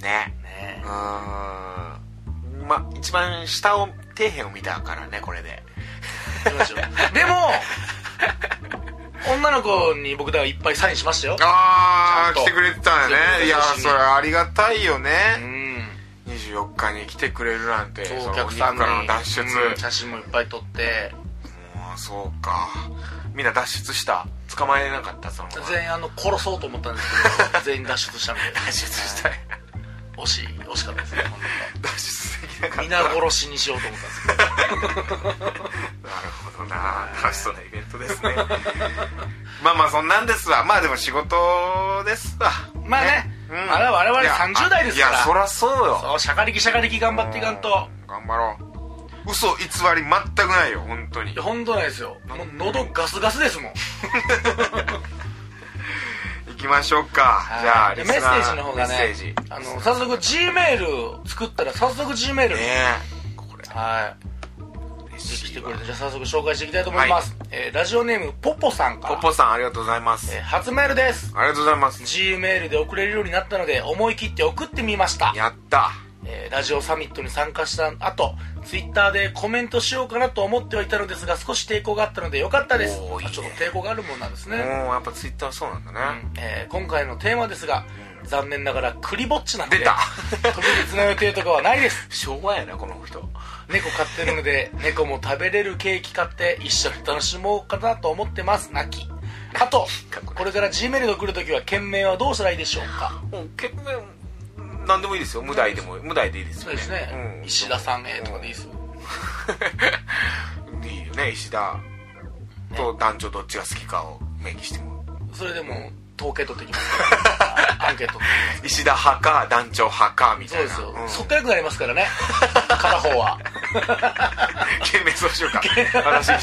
Speaker 1: ねう
Speaker 2: ね
Speaker 1: ーんま一番下を底辺を見たからねこれで
Speaker 2: えどうでしょう でも女の子に僕だからいっぱいサインしましたよ
Speaker 1: あ
Speaker 2: ちゃ
Speaker 1: ー
Speaker 2: んと
Speaker 1: 来てくれてたんやねいやそれありがたいよ
Speaker 2: う
Speaker 1: ね
Speaker 2: ん
Speaker 1: 24日に来てくれるなんて
Speaker 2: そう
Speaker 1: そ
Speaker 2: お
Speaker 1: の
Speaker 2: 客
Speaker 1: お
Speaker 2: さんに
Speaker 1: 肉からの脱出
Speaker 2: うん写真もいっぱい撮って
Speaker 1: もうそうかみんな脱出した捕まえなかったそのまま
Speaker 2: 全員あの殺そうと思ったんですけど全員脱出したみたいな
Speaker 1: 脱出 したい
Speaker 2: 惜しい惜しかったですね本
Speaker 1: 脱出できな
Speaker 2: 当
Speaker 1: か
Speaker 2: に
Speaker 1: っ
Speaker 2: 皆
Speaker 1: たなる
Speaker 2: 殺しにしようと思ったんですけど
Speaker 1: ほどな楽しそうなイベントですね まあまあそんなんですわまあでも仕事ですわ
Speaker 2: まあねまだ我々
Speaker 1: いや
Speaker 2: 30代ですから
Speaker 1: いやそらそうよ
Speaker 2: そうしゃかりきしゃかりき頑張っていかんと
Speaker 1: うん頑張ろう嘘偽り全くないよ本当に
Speaker 2: いや本当ないですよもう喉ガスガスですもん
Speaker 1: 行きましょうか、じゃあ
Speaker 2: で
Speaker 1: リス
Speaker 2: メ
Speaker 1: ナ
Speaker 2: ッセ
Speaker 1: ー
Speaker 2: ージの方がね
Speaker 1: メッセージね
Speaker 2: あの早速 G メール作ったら早速 G メール
Speaker 1: えこれ
Speaker 2: はい
Speaker 1: 嬉
Speaker 2: 来
Speaker 1: しい
Speaker 2: て
Speaker 1: わ
Speaker 2: くれてじゃあ早速紹介していきたいと思いますえーラジオネームポポさんか
Speaker 1: ポ
Speaker 2: ら
Speaker 1: ッポさんありがとうございます、
Speaker 2: えー初メールです
Speaker 1: ありがとうございます
Speaker 2: G メールで送れるようになったので思い切って送ってみました、
Speaker 1: やった
Speaker 2: えーラジオサミットに参加した後ツイッターでコメントしようかなと思ってはいたのですが少し抵抗があったのでよかったです
Speaker 1: おーいいね
Speaker 2: あちょっと抵抗があるもんなんですね、
Speaker 1: もうやっぱツイッターそうなんだね、
Speaker 2: えー今回のテーマですが、残念ながらクリぼっちなんで
Speaker 1: 出た
Speaker 2: 特別な予定とかはないです
Speaker 1: 昭和やなこの人
Speaker 2: 猫飼ってるので猫も食べれるケーキ買って一緒に楽しもうかなと思ってます泣きあとこれから G メールが来るときは件名はどうしたらいいでしょうか
Speaker 1: もう結構うん何でもいいですよ無題でも無題でいいです
Speaker 2: そ
Speaker 1: よ
Speaker 2: う
Speaker 1: ね
Speaker 2: ですね、
Speaker 1: うん
Speaker 2: 石田さんへとかでいいですよ
Speaker 1: いいよね石田と男女どっちが好きかを明記しても
Speaker 2: それでも統計取ってき ますからアンケート取って き
Speaker 1: 石田派か団長派かみ
Speaker 2: ますそ
Speaker 1: た
Speaker 2: う
Speaker 1: いな
Speaker 2: ですよ、
Speaker 1: ん
Speaker 2: そっからくなりますからね片方は
Speaker 1: 懸命そうし ようか私石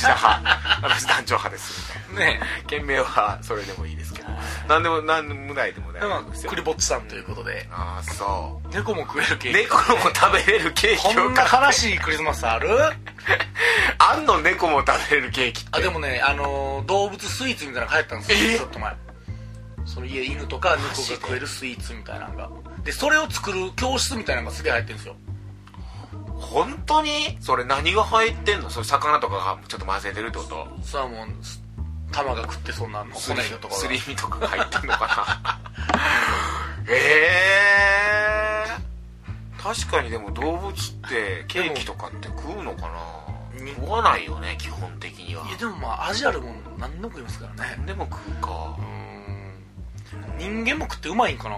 Speaker 1: 田派私団長派ですみたいなね懸命はそれでもいいですけど何でも何でも無題でも大
Speaker 2: で
Speaker 1: 丈
Speaker 2: も
Speaker 1: 夫ですよ
Speaker 2: クリぼっちさんということで、
Speaker 1: ああそ
Speaker 2: 猫も食えるケ
Speaker 1: う
Speaker 2: ーキ
Speaker 1: 猫も食べれるケーキ
Speaker 2: こ
Speaker 1: を
Speaker 2: んな
Speaker 1: 買う
Speaker 2: 悲しいクリスマスある
Speaker 1: あんの猫も食べれるケーキって
Speaker 2: あでもね、あのー動物スイーツみたいなのが流行ったんです
Speaker 1: え
Speaker 2: よちょっと前その家犬とか猫が食えるスイーツみたいなのがでそれを作る教室みたいなのがすげえ流行ってるんですよ
Speaker 1: 本当にそれ何が入ってんのそれ魚とかがちょっと混ぜてるってこと
Speaker 2: それはもう玉が食ってそんなの
Speaker 1: す
Speaker 2: 骨
Speaker 1: り
Speaker 2: がとか
Speaker 1: す
Speaker 2: が
Speaker 1: り身とかが入ってんのか なええ確かにでも動物ってケーキとかって食うのかな
Speaker 2: に
Speaker 1: 食わないよね基本的にはい
Speaker 2: やでもまあ味あるもん何でも食いますからね
Speaker 1: 何でも食うか
Speaker 2: うーん人間も食ってうまいんかな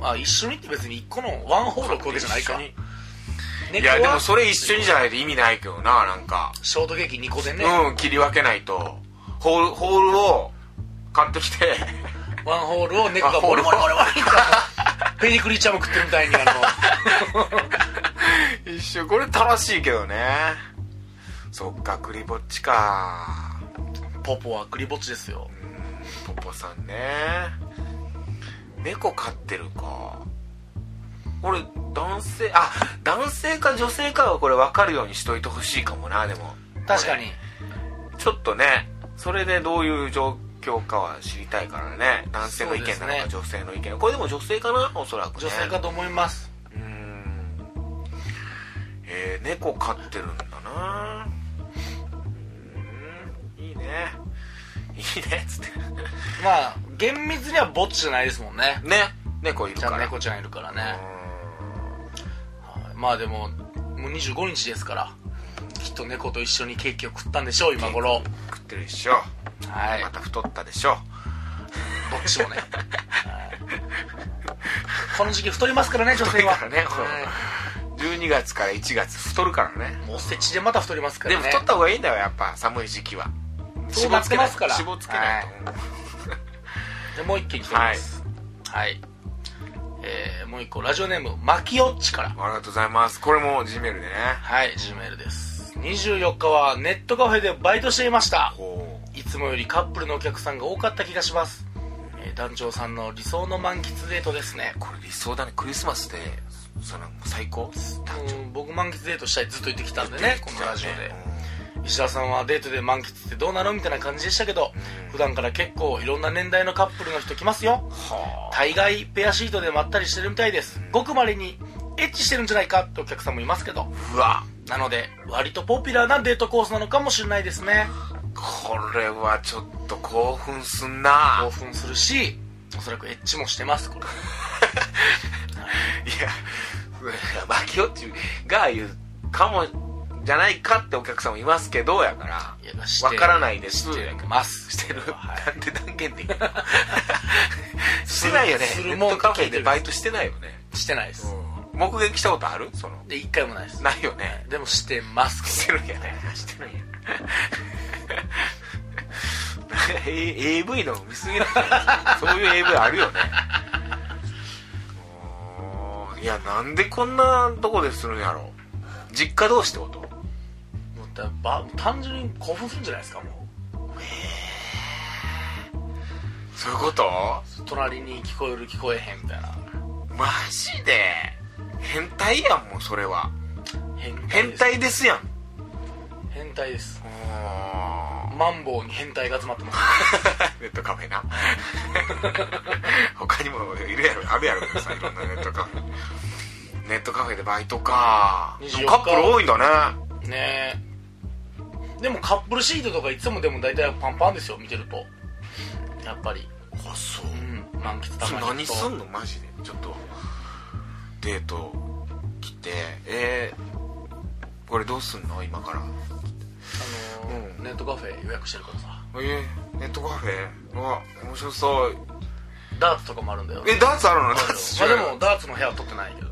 Speaker 2: まあ一緒にって別に一個のワンホールを食うわけじゃないか
Speaker 1: 一緒にい
Speaker 2: 猫
Speaker 1: やで
Speaker 2: は
Speaker 1: も
Speaker 2: シ
Speaker 1: それ一緒にじゃないと意味ないけどななんか
Speaker 2: ョートケーキ2個でね、
Speaker 1: うん切り分けないとホールホールを買ってきて
Speaker 2: ワンホールを猫が
Speaker 1: あホ
Speaker 2: ボ
Speaker 1: ール
Speaker 2: リボリボリボリってあのペニクリちゃんも食ってるみたいにあ
Speaker 1: 一緒これ楽しいけどねそっかクリぼっちか
Speaker 2: のポポはクリぼっちですよ
Speaker 1: ポポさんね猫飼ってるか俺男性あ男性か女性かはこれ分かるようにしといてほしいかもなでも
Speaker 2: 確かに
Speaker 1: 俺ちょっとねそれでどういう状況かは知りたいからね男性の意見な
Speaker 2: そ
Speaker 1: の
Speaker 2: うです
Speaker 1: か
Speaker 2: ね
Speaker 1: 女性の意見、これでも女性かなおそらく、ね、
Speaker 2: 女性かと思います
Speaker 1: うーんえー、猫飼ってるんだなうーんいいねいいねっつって
Speaker 2: まあ厳密にはぼっちじゃないですもんね
Speaker 1: ね猫いる
Speaker 2: ち
Speaker 1: か
Speaker 2: ゃ
Speaker 1: ら
Speaker 2: ん猫ちゃんいるからね、はいまあでももう25日ですからきっと猫と一緒にケーキを食ったんでしょう今頃
Speaker 1: うん食ってるでしょ
Speaker 2: はい
Speaker 1: また太ったでしょ
Speaker 2: どっちもねはいこの時期太りますからね女性は
Speaker 1: 太るからねこの12月から1月太るからね
Speaker 2: いもうおせちでまた太りますか
Speaker 1: で
Speaker 2: ら
Speaker 1: も
Speaker 2: ね
Speaker 1: 太った方がいいんだよやっぱ寒い時期は
Speaker 2: そうなってますから
Speaker 1: 脂肪つけないと脂肪つけないと、
Speaker 2: でもう一件来てますはい、えーもう一個ラジオネームマキオッチから
Speaker 1: ありがとうございますこれも G メールでね
Speaker 2: はい、G メールです。24日はネットカフェでバイトしていました。
Speaker 1: こう
Speaker 2: いつもよりカップルのお客さんが多かった気がします。えー団長さんの理想の満喫デートですね。
Speaker 1: これ理想だねクリスマスでその最高
Speaker 2: うん、僕満喫デートしたいずっと言ってきたんでね、このラジオで
Speaker 1: うん。
Speaker 2: 石田さんはデートで満喫ってどうなのみたいな感じでしたけど、普段から結構いろんな年代のカップルの人来ますよ。
Speaker 1: はあ
Speaker 2: 大概ペアシートでまったりしてるみたいです。ごくまれにエッチしてるんじゃないかってお客さんもいますけど。
Speaker 1: うわ
Speaker 2: なので、割とポピュラーなデートコースなのかもしれないですね。
Speaker 1: これはちょっと興奮すんな
Speaker 2: 興奮するしおそらくエッチもしてますこれ
Speaker 1: いや、 マキオッチが言うかも、じゃないかってお客さんもいますけど、やか
Speaker 2: いやして
Speaker 1: ら。わからないです。
Speaker 2: してます
Speaker 1: してる。
Speaker 2: は い
Speaker 1: なんて断言 できるのしてないよね
Speaker 2: す。る
Speaker 1: ネ
Speaker 2: もん
Speaker 1: ットカフェでバイトしてないよね。
Speaker 2: してないです、
Speaker 1: 目撃したことあるその。
Speaker 2: で一回もないです
Speaker 1: ないよね。
Speaker 2: でもしてます
Speaker 1: し
Speaker 2: こ
Speaker 1: てるんやね。してるんや。A- AV の見過ぎなんそういう AV あるよねおーいやなんでこんなとこでするんやろ実家同士ってこと
Speaker 2: れもうだば単純に興奮するんじゃないですかも
Speaker 1: そういうこと
Speaker 2: う隣に聞こえる聞こえへんみたいな
Speaker 1: マジで変態やんもうそれは
Speaker 2: 変態
Speaker 1: 変
Speaker 2: です
Speaker 1: 態ですやん
Speaker 2: 変態です
Speaker 1: おー
Speaker 2: マンボウに変態が集まってます
Speaker 1: ネットカフェな他にもいるやろあるやろうけどさいろんなネットカフェネットカフェでバイトか
Speaker 2: 24日
Speaker 1: カップル多いんだね
Speaker 2: ねえでもカップルシートとかいつもでも大体パンパンですよ見てるとやっぱり
Speaker 1: あそう
Speaker 2: うん満喫た
Speaker 1: それ
Speaker 2: まに
Speaker 1: 何
Speaker 2: と
Speaker 1: すんのマジでちょっとデート来てえー、これどうすんの今から
Speaker 2: あのー
Speaker 1: うん
Speaker 2: ネットカフェ予約してるからさ
Speaker 1: えー、ネットカフェうわ面白そう
Speaker 2: ダーツとかもあるんだよ
Speaker 1: えダーツあるのダ
Speaker 2: ま
Speaker 1: ーツしよ
Speaker 2: あ
Speaker 1: う
Speaker 2: で
Speaker 1: よ
Speaker 2: もダーツの部屋は取ってないけど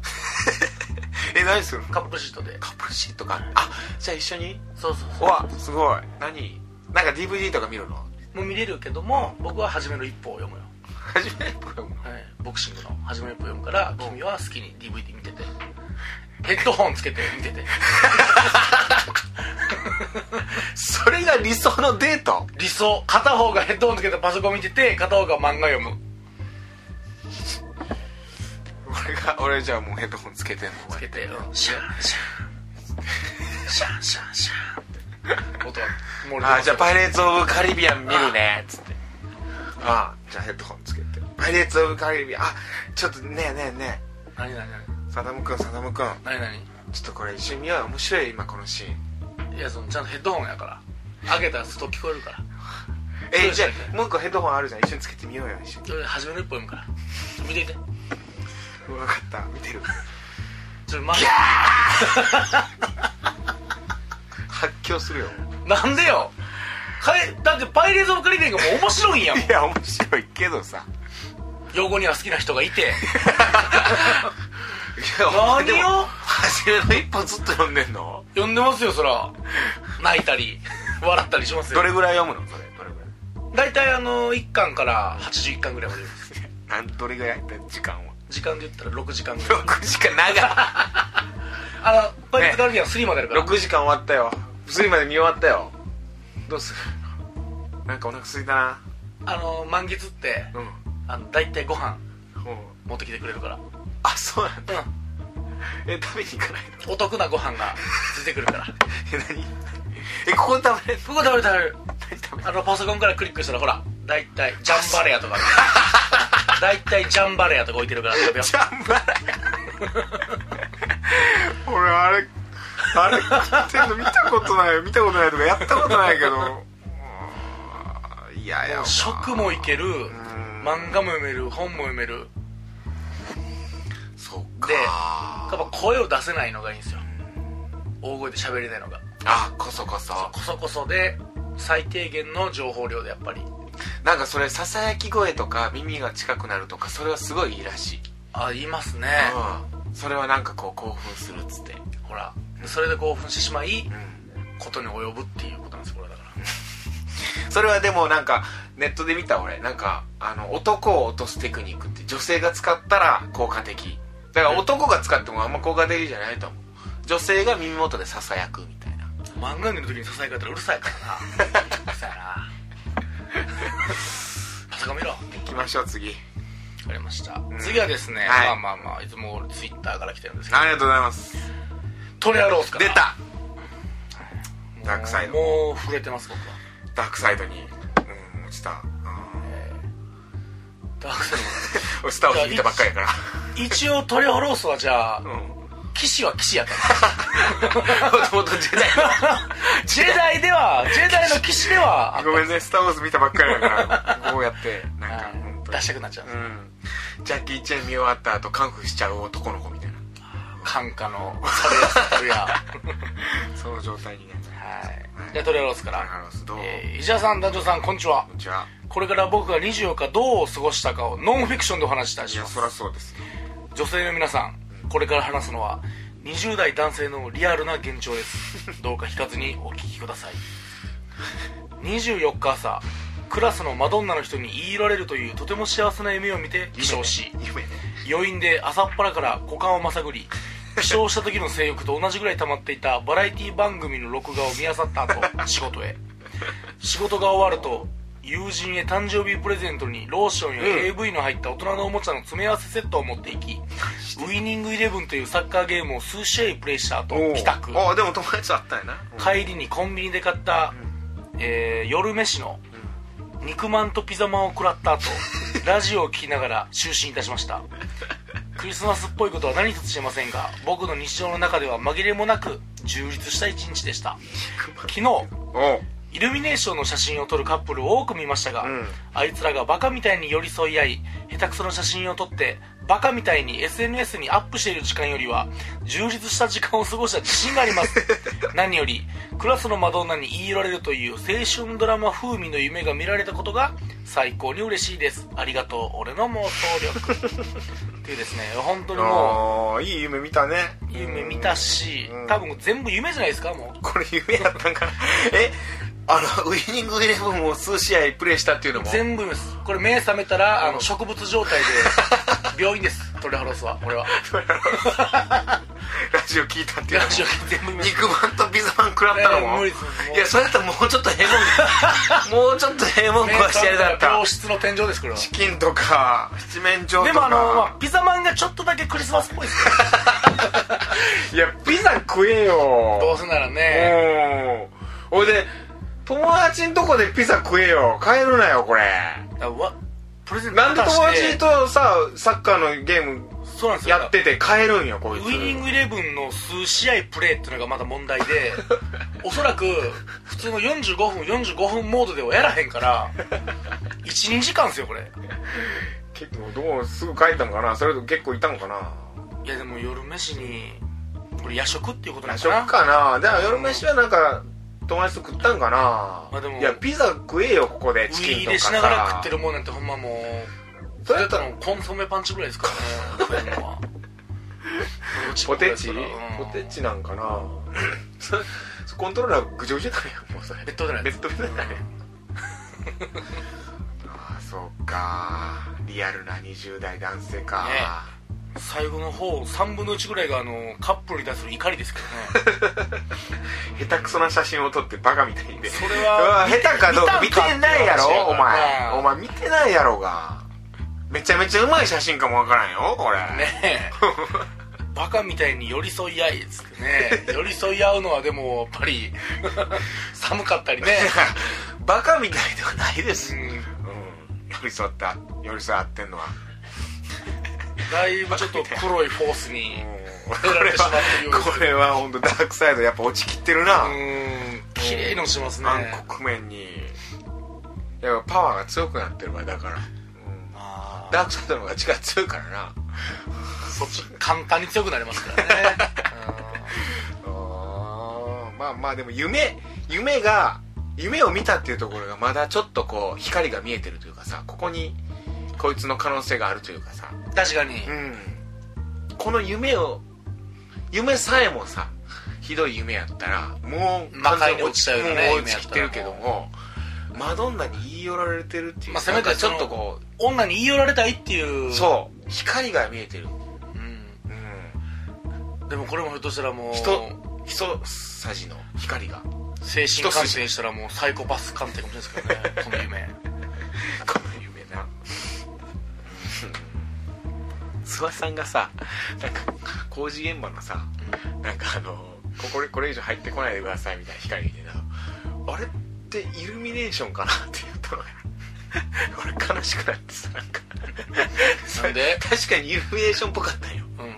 Speaker 1: え何するの
Speaker 2: カップシートで
Speaker 1: カップルシートかあじゃあ一緒に
Speaker 2: そうそう
Speaker 1: うわすごい何なんか DVD とか見るの
Speaker 2: うもう見れるけども僕は初めの一歩を読むよ、
Speaker 1: 初めてこれも
Speaker 2: はい、ボクシングの初めの一歩を読むから君は好きに DVD 見 ててヘッドホンつけて見てて
Speaker 1: それが理想のデート
Speaker 2: 理想片方がヘッドホンつけてパソコン見てて片方が漫画読む
Speaker 1: 俺が俺じゃあもうヘッドホンつけてんの
Speaker 2: つけて、うん、シャンシャンシャンシャンシャン音は漏れてますよ
Speaker 1: あーじゃあパイレーツ・オブ・カリビアン見るねつってあーじゃあヘッドホンつけてパイレーツ・オブ・カリビアンあちょっとねえねえね
Speaker 2: 何何何
Speaker 1: えサダム君サダム君
Speaker 2: 何
Speaker 1: ちょっとこれ一緒に見ようよ面白いよ今このシーン
Speaker 2: 何いやそのちゃんとヘッドホンやから上げたら外聞こえるから
Speaker 1: え
Speaker 2: そう
Speaker 1: じゃ
Speaker 2: です
Speaker 1: あもう一個ヘッドホンあるじゃん一緒につけてみようよ一緒に
Speaker 2: それ初めの一歩読むからちょ見ていて
Speaker 1: 分かった見てる
Speaker 2: ちょま
Speaker 1: 発狂す るよ
Speaker 2: なんでよかえだってパイレーツ・オブ・カリビアンがもう面白いんやもん
Speaker 1: いや面白いけどさ
Speaker 2: 用語には好きな人がいて
Speaker 1: やで
Speaker 2: 何
Speaker 1: も
Speaker 2: を
Speaker 1: 初めの一歩ずっと読んでんの
Speaker 2: 呼んでますよそら泣いたり笑ったりしますよ
Speaker 1: どれぐらい読むのそれどれぐらい
Speaker 2: 大体あの1巻から81巻ぐらいまで読むんです
Speaker 1: なんどれぐらい時間は
Speaker 2: 時間で言ったら6時間ぐらい
Speaker 1: 6時間長
Speaker 2: あの「パイレーツ・ガルディアン3」まであるから
Speaker 1: い6時間終わったよついまで見終わったよどうするなんかお腹すいたな
Speaker 2: あの満月って
Speaker 1: うん
Speaker 2: あの大体ご飯
Speaker 1: うん
Speaker 2: 持ってきてくれるから
Speaker 1: あそうなんだ
Speaker 2: う
Speaker 1: え食べに行かないの
Speaker 2: んお得なご飯 が出てくるから
Speaker 1: え何えここで食べれる
Speaker 2: ここ食べる食べる
Speaker 1: 何食べれる
Speaker 2: あのパソコンからクリックしたらほら大 体ジャンバレアとかある大体ジャンバレアとか置いてるから食べよ
Speaker 1: ジャンバラヤ俺あれあれ食ってんの見たことないよ見たことないとかやったことないけどうーんいやいや
Speaker 2: う食もいける
Speaker 1: ん
Speaker 2: 漫画も読める本も読める
Speaker 1: そっか
Speaker 2: でやっぱ声を出せないのがいいんですよ大声で喋れないのが
Speaker 1: あこそこそ
Speaker 2: こそこそで最低限の情報量でやっぱり
Speaker 1: なんかそれささやき声とか耳が近くなるとかそれはすごいいいらしい、
Speaker 2: あ言いますね
Speaker 1: うん、それはなんかこう興奮するっつって
Speaker 2: ほらそれで興奮してしまい
Speaker 1: うん
Speaker 2: ことに及ぶっていうことなんですこれだから
Speaker 1: それはでもなんかネットで見た俺なんかあの男を落とすテクニックって女性が使ったら効果的だから男が使ってもあんま効果的じゃないと思う女性が耳元でささやくみたいな
Speaker 2: 漫画見るときに支え方うるさいからなうるさいな パソコン見ろ
Speaker 1: 行きましょう次
Speaker 2: 分かりました、
Speaker 1: ん
Speaker 2: 次はですね、
Speaker 1: はい
Speaker 2: まあまあまあいつも俺ツイッターから来てるんですけど
Speaker 1: ありがとうございます
Speaker 2: トレアロースから
Speaker 1: 出た
Speaker 2: もう
Speaker 1: ダークサイド
Speaker 2: もう触れてます僕は、
Speaker 1: ダークサイドにうん落ちたうん
Speaker 2: えーダークサイ
Speaker 1: 落ちたを引いたばっかりやから
Speaker 2: ド一応トレアロースはじゃあ
Speaker 1: うん
Speaker 2: 騎士は騎士やから
Speaker 1: も ともと時代
Speaker 2: ジェダイではジェダイの騎士ではあっ
Speaker 1: のごめんね「スター・ウォーズ」見たばっかりだ からこうやってなんか
Speaker 2: た
Speaker 1: 本当に
Speaker 2: 出したくなっちゃうんで
Speaker 1: うんジャッキー・チェン見終わった後カンフーしちゃう男の子みたいな
Speaker 2: す感化のサルやサル や
Speaker 1: その状態にね
Speaker 2: はいじゃあトレアロースか
Speaker 1: あ
Speaker 2: ら
Speaker 1: のどうこ
Speaker 2: えー、石田さん、団長さん、こんにちは
Speaker 1: ん。にちは
Speaker 2: これから僕が24日どう過ごしたかをノンフィクションでお話しいた
Speaker 1: い
Speaker 2: し
Speaker 1: や
Speaker 2: ます
Speaker 1: そ。らそうですよ
Speaker 2: 女性の皆さん、これから話すのは20代男性のリアルな現状です。どうか引かずにお聞きください。24日朝、クラスのマドンナの人に言い寄られるというとても幸せな夢を見て起床し、
Speaker 1: 夢ね
Speaker 2: 余韻で朝っぱらから股間をまさぐり起床した時の性欲と同じぐらい溜まっていたバラエティ番組の録画を見漁った後仕事へ仕事が終わると友人へ誕生日プレゼントにローションや
Speaker 1: うん
Speaker 2: AV の入った大人のおもちゃの詰め合わせセットを持っていき、ウイニングイレブンというサッカーゲームを数試合プレイした後
Speaker 1: おう
Speaker 2: 帰宅
Speaker 1: あでも友達あったんやな
Speaker 2: 帰りにコンビニで買った、えー夜飯の肉まんとピザまんを食らった後 ラジオを聞きながら就寝いたしましたクリスマスっぽいことは何一つしてませんが僕の日常の中では紛れもなく充実した一日でした昨日
Speaker 1: おう
Speaker 2: イルミネーションの写真を撮るカップルを多く見ましたが、
Speaker 1: うん
Speaker 2: あいつらがバカみたいに寄り添い合い下手くそな写真を撮ってバカみたいに SNS にアップしている時間よりは充実した時間を過ごした自信があり ます何よりクラスのマドンナに言い寄られるという青春ドラマ風味の夢が見られたことが最高に嬉しいですありがとう俺の妄 想力っていうですね本当にも
Speaker 1: あーいい夢見たね
Speaker 2: う夢見たし
Speaker 1: うん
Speaker 2: 多分全部夢じゃないですかもう
Speaker 1: これ夢やったんかな えあのウイニングイレブンを数試合プレイしたっていうのも
Speaker 2: 全部ですこれ目覚めたらあの植物状態 で病院ですトレハロスは俺 は
Speaker 1: ラジオ聞いたっていうの
Speaker 2: ラ
Speaker 1: も
Speaker 2: ジオ全部見ます
Speaker 1: 肉まんとピザまん食らったの
Speaker 2: いやいや
Speaker 1: も
Speaker 2: 無理ですもう
Speaker 1: いやそれやったらもうちょっと平凡 もうちょっと平凡
Speaker 2: 目
Speaker 1: 食わしてやりたかっ
Speaker 2: 覚めら
Speaker 1: た
Speaker 2: 病室の天井ですこれは
Speaker 1: チキンとか七面鳥
Speaker 2: で
Speaker 1: とか
Speaker 2: もあの、まあ、ピザマンがちょっとだけクリスマスっぽいですね
Speaker 1: いやピザ食え
Speaker 2: どう
Speaker 1: よ
Speaker 2: せなら
Speaker 1: う
Speaker 2: ね
Speaker 1: んほいで友達んとこでピザ食えよ帰るなよこれ
Speaker 2: だからわプレゼント
Speaker 1: なんで
Speaker 2: 渡し
Speaker 1: 友達
Speaker 2: て
Speaker 1: とさサッカーのゲーム
Speaker 2: そうなんですよ
Speaker 1: やってて帰るんよこいつ
Speaker 2: ウイニングイレブンの数試合プレーっていうのがまだ問題で おそらく普通の45分45分モードではやらへんから12時間ですよこれ
Speaker 1: 結構どうすぐ帰ったのかなそれとも結構いたのかない
Speaker 2: やでも夜飯にこれ夜食っていうことな
Speaker 1: 夜
Speaker 2: のか
Speaker 1: 食
Speaker 2: な
Speaker 1: かなでも夜飯はなんか友達と食ったんかな、
Speaker 2: あでも
Speaker 1: いやピザ食えよここで
Speaker 2: ウ
Speaker 1: チキンと
Speaker 2: ィー
Speaker 1: か
Speaker 2: レ
Speaker 1: さ
Speaker 2: しながら食ってるもんなんてほんまもう
Speaker 1: それや
Speaker 2: だっ
Speaker 1: ったた
Speaker 2: ら
Speaker 1: ら
Speaker 2: もうコンソメパンチぐらいですからね食えるのは
Speaker 1: ポテチ
Speaker 2: うん
Speaker 1: ポテチなんかな そそコントローラーぐちゃぐちゃだねもうそれ
Speaker 2: ベッドじゃない
Speaker 1: ベッドベッドだねああそうかリアルな20代男性か、
Speaker 2: 最後の方3分の1ぐらいがあのカップルに対する怒りですけ どね
Speaker 1: 下手くそな写真を撮ってバカみたいで
Speaker 2: それは
Speaker 1: うわ下手かどうか
Speaker 2: 見
Speaker 1: 見
Speaker 2: て
Speaker 1: てないやろ
Speaker 2: 見たんか
Speaker 1: お前
Speaker 2: うん
Speaker 1: お前見てないやろがめちゃめちゃうまい写真かもわからんよこれ
Speaker 2: ねえバカみたいに寄り添い合いっつってね寄り添い合うのはでもやっぱり 寒かったりね、
Speaker 1: バカみたいではないです、
Speaker 2: う
Speaker 1: うん、
Speaker 2: ん
Speaker 1: 寄り添った寄り添ってんのは
Speaker 2: だいぶちょっと黒いフォースに
Speaker 1: うん
Speaker 2: 出られてしまってるようで す
Speaker 1: これは本当ダークサイドやっぱ落ちきってるな、
Speaker 2: うん綺麗のしますね
Speaker 1: 暗黒面にやっぱパワーが強くなってるわだから、うん
Speaker 2: あー
Speaker 1: ダークサイドの方が力強いからな
Speaker 2: そっち簡単に強くなりますからね
Speaker 1: あーまあまあでも夢夢が夢を見たっていうところがまだちょっとこう光が見えてるというかさここにこいつの可能性があるというかさ
Speaker 2: うん確かに
Speaker 1: うんこの夢を夢さえもさひどい夢やったらもう
Speaker 2: 魔界に落ちたようなね
Speaker 1: もう落ちきってるけどもマドンナに言い寄られてるっていう、
Speaker 2: まあせめて
Speaker 1: なんかちょっとこ
Speaker 2: 女に言い寄られたいっていう
Speaker 1: うそう光が見えてる、
Speaker 2: うん、
Speaker 1: うん、
Speaker 2: でもこれもひょっとしたらもう
Speaker 1: 人人さじの光が
Speaker 2: 精神鑑定したらもうサイコパス鑑定かもしれないですけどねこの夢
Speaker 1: この夢な諏訪さんがさなんか工事現場のさなんかあのここれこれ以上入ってこないでくださいみたいな光見てなあれってイルミネーションかなって言ったのよ 俺悲しくなってさなんか
Speaker 2: なんで
Speaker 1: 確かにイルミネーションっぽかったんよ
Speaker 2: うん、うん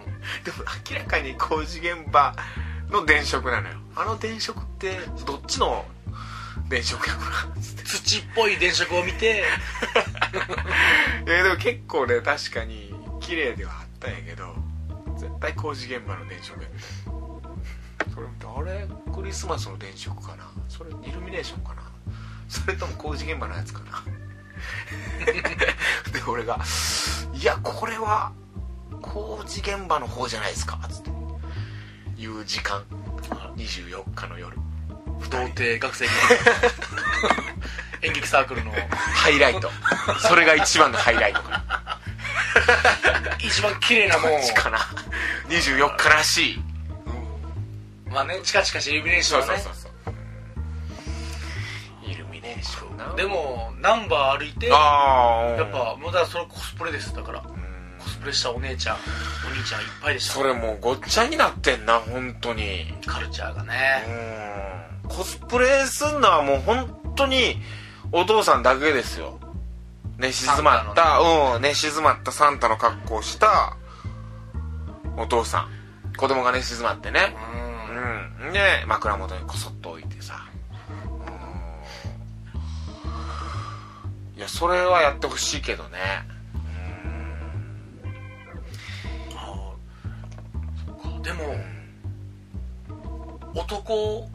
Speaker 1: でも明らかに工事現場の電飾なのよあの電飾ってどっちの電飾やかなつって
Speaker 2: 土っぽい電飾を見て
Speaker 1: いやでも結構ね確かに綺麗ではあったんやけど絶対工事現場の電飾やったそれ見てあれクリスマスの電飾かなそれイルミネーションかなそれとも工事現場のやつかな で俺が「いやこれは工事現場の方じゃないですか」つって言う時間24日の夜
Speaker 2: 童貞学生 演劇サークルの
Speaker 1: ハイライトそれが一番のハイライトかな
Speaker 2: 一番綺麗なも
Speaker 1: こっちか
Speaker 2: う
Speaker 1: な24日らしい
Speaker 2: まあねチカチカしてイルミネーションはね
Speaker 1: うイルミネーションな
Speaker 2: でもナンバー歩いてやっ
Speaker 1: ああ
Speaker 2: ぱもうだからそれコスプレですだからコスプレしたお姉ちゃんお兄ちゃんいっぱいでした
Speaker 1: それもうごっちゃになってんな本当に
Speaker 2: カルチャーがね
Speaker 1: うんコスプレすんのはもう本当にお父さんだけですよ寝静まった、
Speaker 2: サ
Speaker 1: うん寝静まったサンタの格好をしたお父さん子供が寝静まってね、
Speaker 2: うん
Speaker 1: うん、で枕元にこそっと置いてさうんいやそれはやってほしいけどね
Speaker 2: あーでも男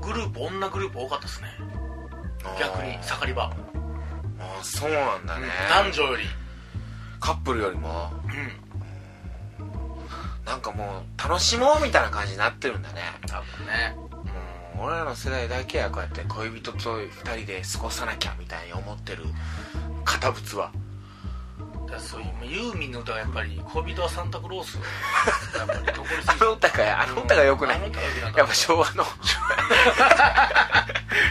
Speaker 2: グループ女グループ多かったですね逆に盛り場、
Speaker 1: あーそうなんだね、
Speaker 2: 男女より
Speaker 1: カップルよりも
Speaker 2: うん
Speaker 1: なんかもう楽しもうみたいな感じになってるんだね
Speaker 2: 多分ね
Speaker 1: うん俺らの世代だけはこうやって恋人と二人で過ごさなきゃみたいに思ってる堅物は
Speaker 2: だからそういうユーミンの歌はやっぱり恋人はサンタクロースやっぱり残りす
Speaker 1: あ
Speaker 2: ぎ
Speaker 1: の歌があの歌が良くない、
Speaker 2: あの歌が良くなかった
Speaker 1: やっぱ昭和の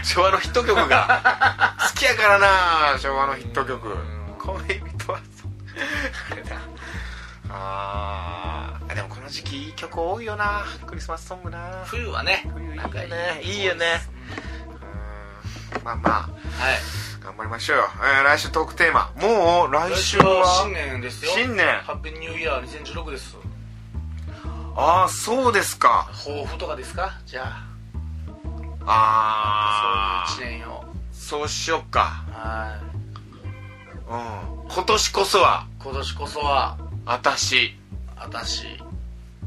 Speaker 1: 昭和のヒット曲が好きやからな昭和のヒット曲
Speaker 2: うん
Speaker 1: 恋人はそうあれだあーでもこの時期いい曲多いよなクリスマスソングな
Speaker 2: 冬はね
Speaker 1: 冬いいよね
Speaker 2: なんか
Speaker 1: いいよねうんまあまあ
Speaker 2: はい
Speaker 1: 頑張りましょうよ、えー来週トークテーマもう来
Speaker 2: 来
Speaker 1: 週
Speaker 2: 週
Speaker 1: は
Speaker 2: は新年ですよ
Speaker 1: 新年
Speaker 2: ハッピーニューイヤー2016です
Speaker 1: ああそうですか
Speaker 2: 抱負とかですかじゃ
Speaker 1: あ
Speaker 2: あ
Speaker 1: あ
Speaker 2: そういう一年を
Speaker 1: そうしよっか
Speaker 2: はい
Speaker 1: うん今年こそは
Speaker 2: 今年こそは
Speaker 1: 私
Speaker 2: 私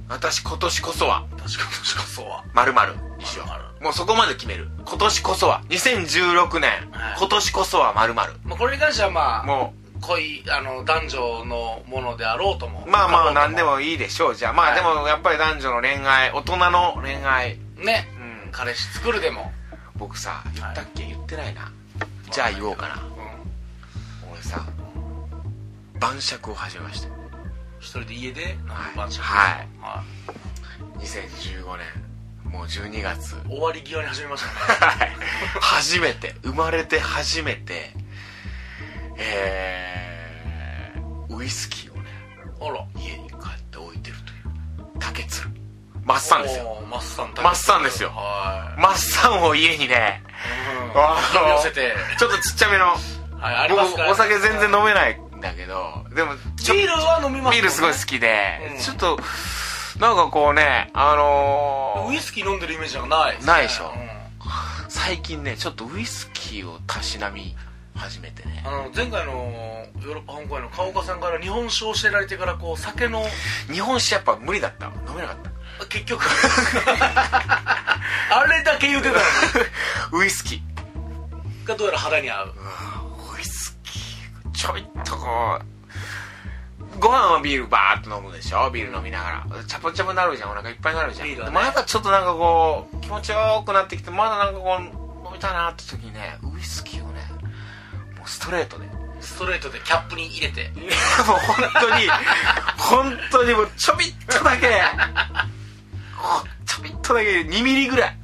Speaker 1: 私今年こそは
Speaker 2: 私今年こそは
Speaker 1: まるまるにしよ
Speaker 2: 〇
Speaker 1: うもうそこまで決める今年こそは2016年、
Speaker 2: はい
Speaker 1: 今年こそはまるまる
Speaker 2: まあこれに関してはまあ
Speaker 1: もう
Speaker 2: 恋あの男女のものであろうとも
Speaker 1: まあまあ
Speaker 2: な
Speaker 1: 何
Speaker 2: ん
Speaker 1: でもいいでしょうじゃあまあ
Speaker 2: はい
Speaker 1: でもやっぱり男女の恋愛大人の恋愛
Speaker 2: ね
Speaker 1: うん
Speaker 2: 彼氏作るでも
Speaker 1: 僕さ言ったっけ言ってないなじゃあ言おうかな
Speaker 2: うん
Speaker 1: 俺さ晩酌を始めました
Speaker 2: 一人で家で飲む
Speaker 1: はい
Speaker 2: 晩酌
Speaker 1: はい
Speaker 2: は
Speaker 1: 2015年もう12月
Speaker 2: い終わり際に始めましたね
Speaker 1: はい初めて生まれて初めてえー、ウイスキーをね
Speaker 2: あら
Speaker 1: 家に帰って置いてるという竹鶴マッサンですよ
Speaker 2: おーマッサン
Speaker 1: マッサンですよ
Speaker 2: は
Speaker 1: マッサンを家にね
Speaker 2: いうん
Speaker 1: あの
Speaker 2: 寄せて
Speaker 1: ちょっとちっちゃめの
Speaker 2: はいありますから
Speaker 1: 僕お酒全然飲めないんだけどでもちょ
Speaker 2: ビールは飲みますもんね
Speaker 1: ビールすごい好きで、
Speaker 2: うん
Speaker 1: ちょっとなんかこうねあの
Speaker 2: ウイ
Speaker 1: ー、
Speaker 2: スキー飲んでるイメージがないすね
Speaker 1: ないでしょ
Speaker 2: うん
Speaker 1: 最近ねちょっとウイスキーをたしなみ始めてね
Speaker 2: あの前回のヨーロッパ本公演の川岡さんから日本酒を教えられてからこう酒の
Speaker 1: 日本酒やっぱ無理だった飲めなかった
Speaker 2: 結局あれだけ言うてたの
Speaker 1: ウイスキー
Speaker 2: にがどうやら肌に合う
Speaker 1: ウイスキーちょいっとこうご飯はビールバーっと飲むでしょビール飲みながらチャポチャポになるじゃんお腹いっぱいになるじゃん、
Speaker 2: ビールはね
Speaker 1: まだちょっとなんかこう気持ちよくなってきてまだなんかこう飲みたいなって時にねウイスキーをねもうストレートでもう
Speaker 2: ストレートでキャップに入れて
Speaker 1: 本当に本当にもうちょびっとだけほんちょびっとだけ2ミリぐらい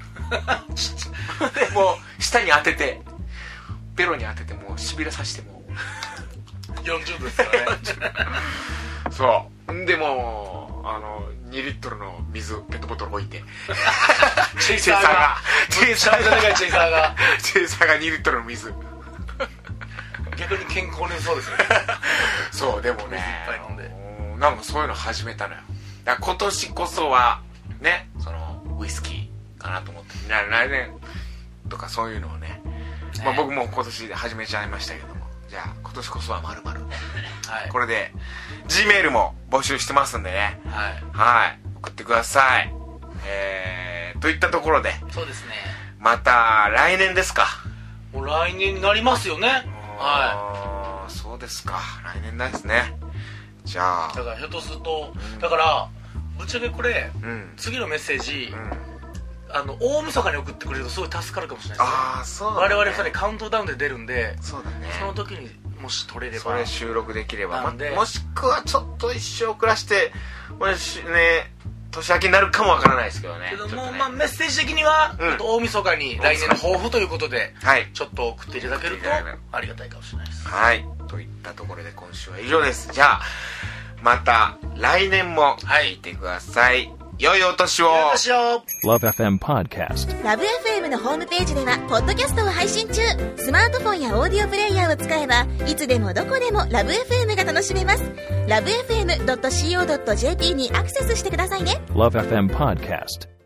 Speaker 1: でもう舌に当ててベロに当ててもうしびれさせてもう
Speaker 2: 40ですからね
Speaker 1: そうでもうあの2リットルの水ペットボトル置いて
Speaker 2: チェイ
Speaker 1: チェイサ
Speaker 2: サー
Speaker 1: ー
Speaker 2: が
Speaker 1: がチェイサー
Speaker 2: めちゃめちゃでか
Speaker 1: が
Speaker 2: いチェイサーが
Speaker 1: チェイサーが2リットルの水
Speaker 2: 逆に健康に良さそうですよね
Speaker 1: そうでもね
Speaker 2: 水いっぱい飲んで
Speaker 1: うんなんかそういうの始めたのよだから今年こそはねそのウイスキーかなと思って来来年とかそういうのをねまあ
Speaker 2: ね
Speaker 1: 僕もう今年で始めちゃいましたけどもじゃあ今年こそはまるまる
Speaker 2: はい
Speaker 1: これで G メールも募集してますんでね
Speaker 2: はい
Speaker 1: はい送ってくださいえー、といったところで
Speaker 2: そうですね
Speaker 1: また来年ですか
Speaker 2: もう来年になりますよねは
Speaker 1: あーそうですか来年なんですねじゃ
Speaker 2: いだ
Speaker 1: あ
Speaker 2: からひょっとすると
Speaker 1: ん
Speaker 2: だからぶっちゃけこれ
Speaker 1: うん
Speaker 2: 次のメッセージ、
Speaker 1: うん
Speaker 2: あの大晦日に送ってくれるとすごい助かるかもしれないですね
Speaker 1: ああそうだ、
Speaker 2: 我
Speaker 1: ね、
Speaker 2: 々2人カウントダウンで出るんで
Speaker 1: そうだね
Speaker 2: その時にもし取れれ
Speaker 1: そ
Speaker 2: ば
Speaker 1: れ収録できれば
Speaker 2: なんで
Speaker 1: まもしくはちょっと一生遅らしてもしね年明けになるかもわからないですけどね
Speaker 2: けど
Speaker 1: ちょっ
Speaker 2: も、
Speaker 1: とね
Speaker 2: まあ、メッセージ的には、
Speaker 1: うん
Speaker 2: ちょっと大晦日に来年の抱負ということで
Speaker 1: はい
Speaker 2: ちょっと送っていただける
Speaker 1: 送ってい
Speaker 2: と
Speaker 1: ただけれ
Speaker 2: ありがたいかもしれないです
Speaker 1: はいといったところで今週は以上ですじゃあまた来年も聞いてください、良いお年を
Speaker 2: よろしくお願いします
Speaker 3: Love FM Podcast.
Speaker 4: ラブ f m のホームページではポッドキャストを配信中スマートフォンやオーディオプレイヤーを使えばいつでもどこでもラブ f m が楽しめますラブ FM.co.jp にアクセスしてくださいね
Speaker 3: Love FM Podcast.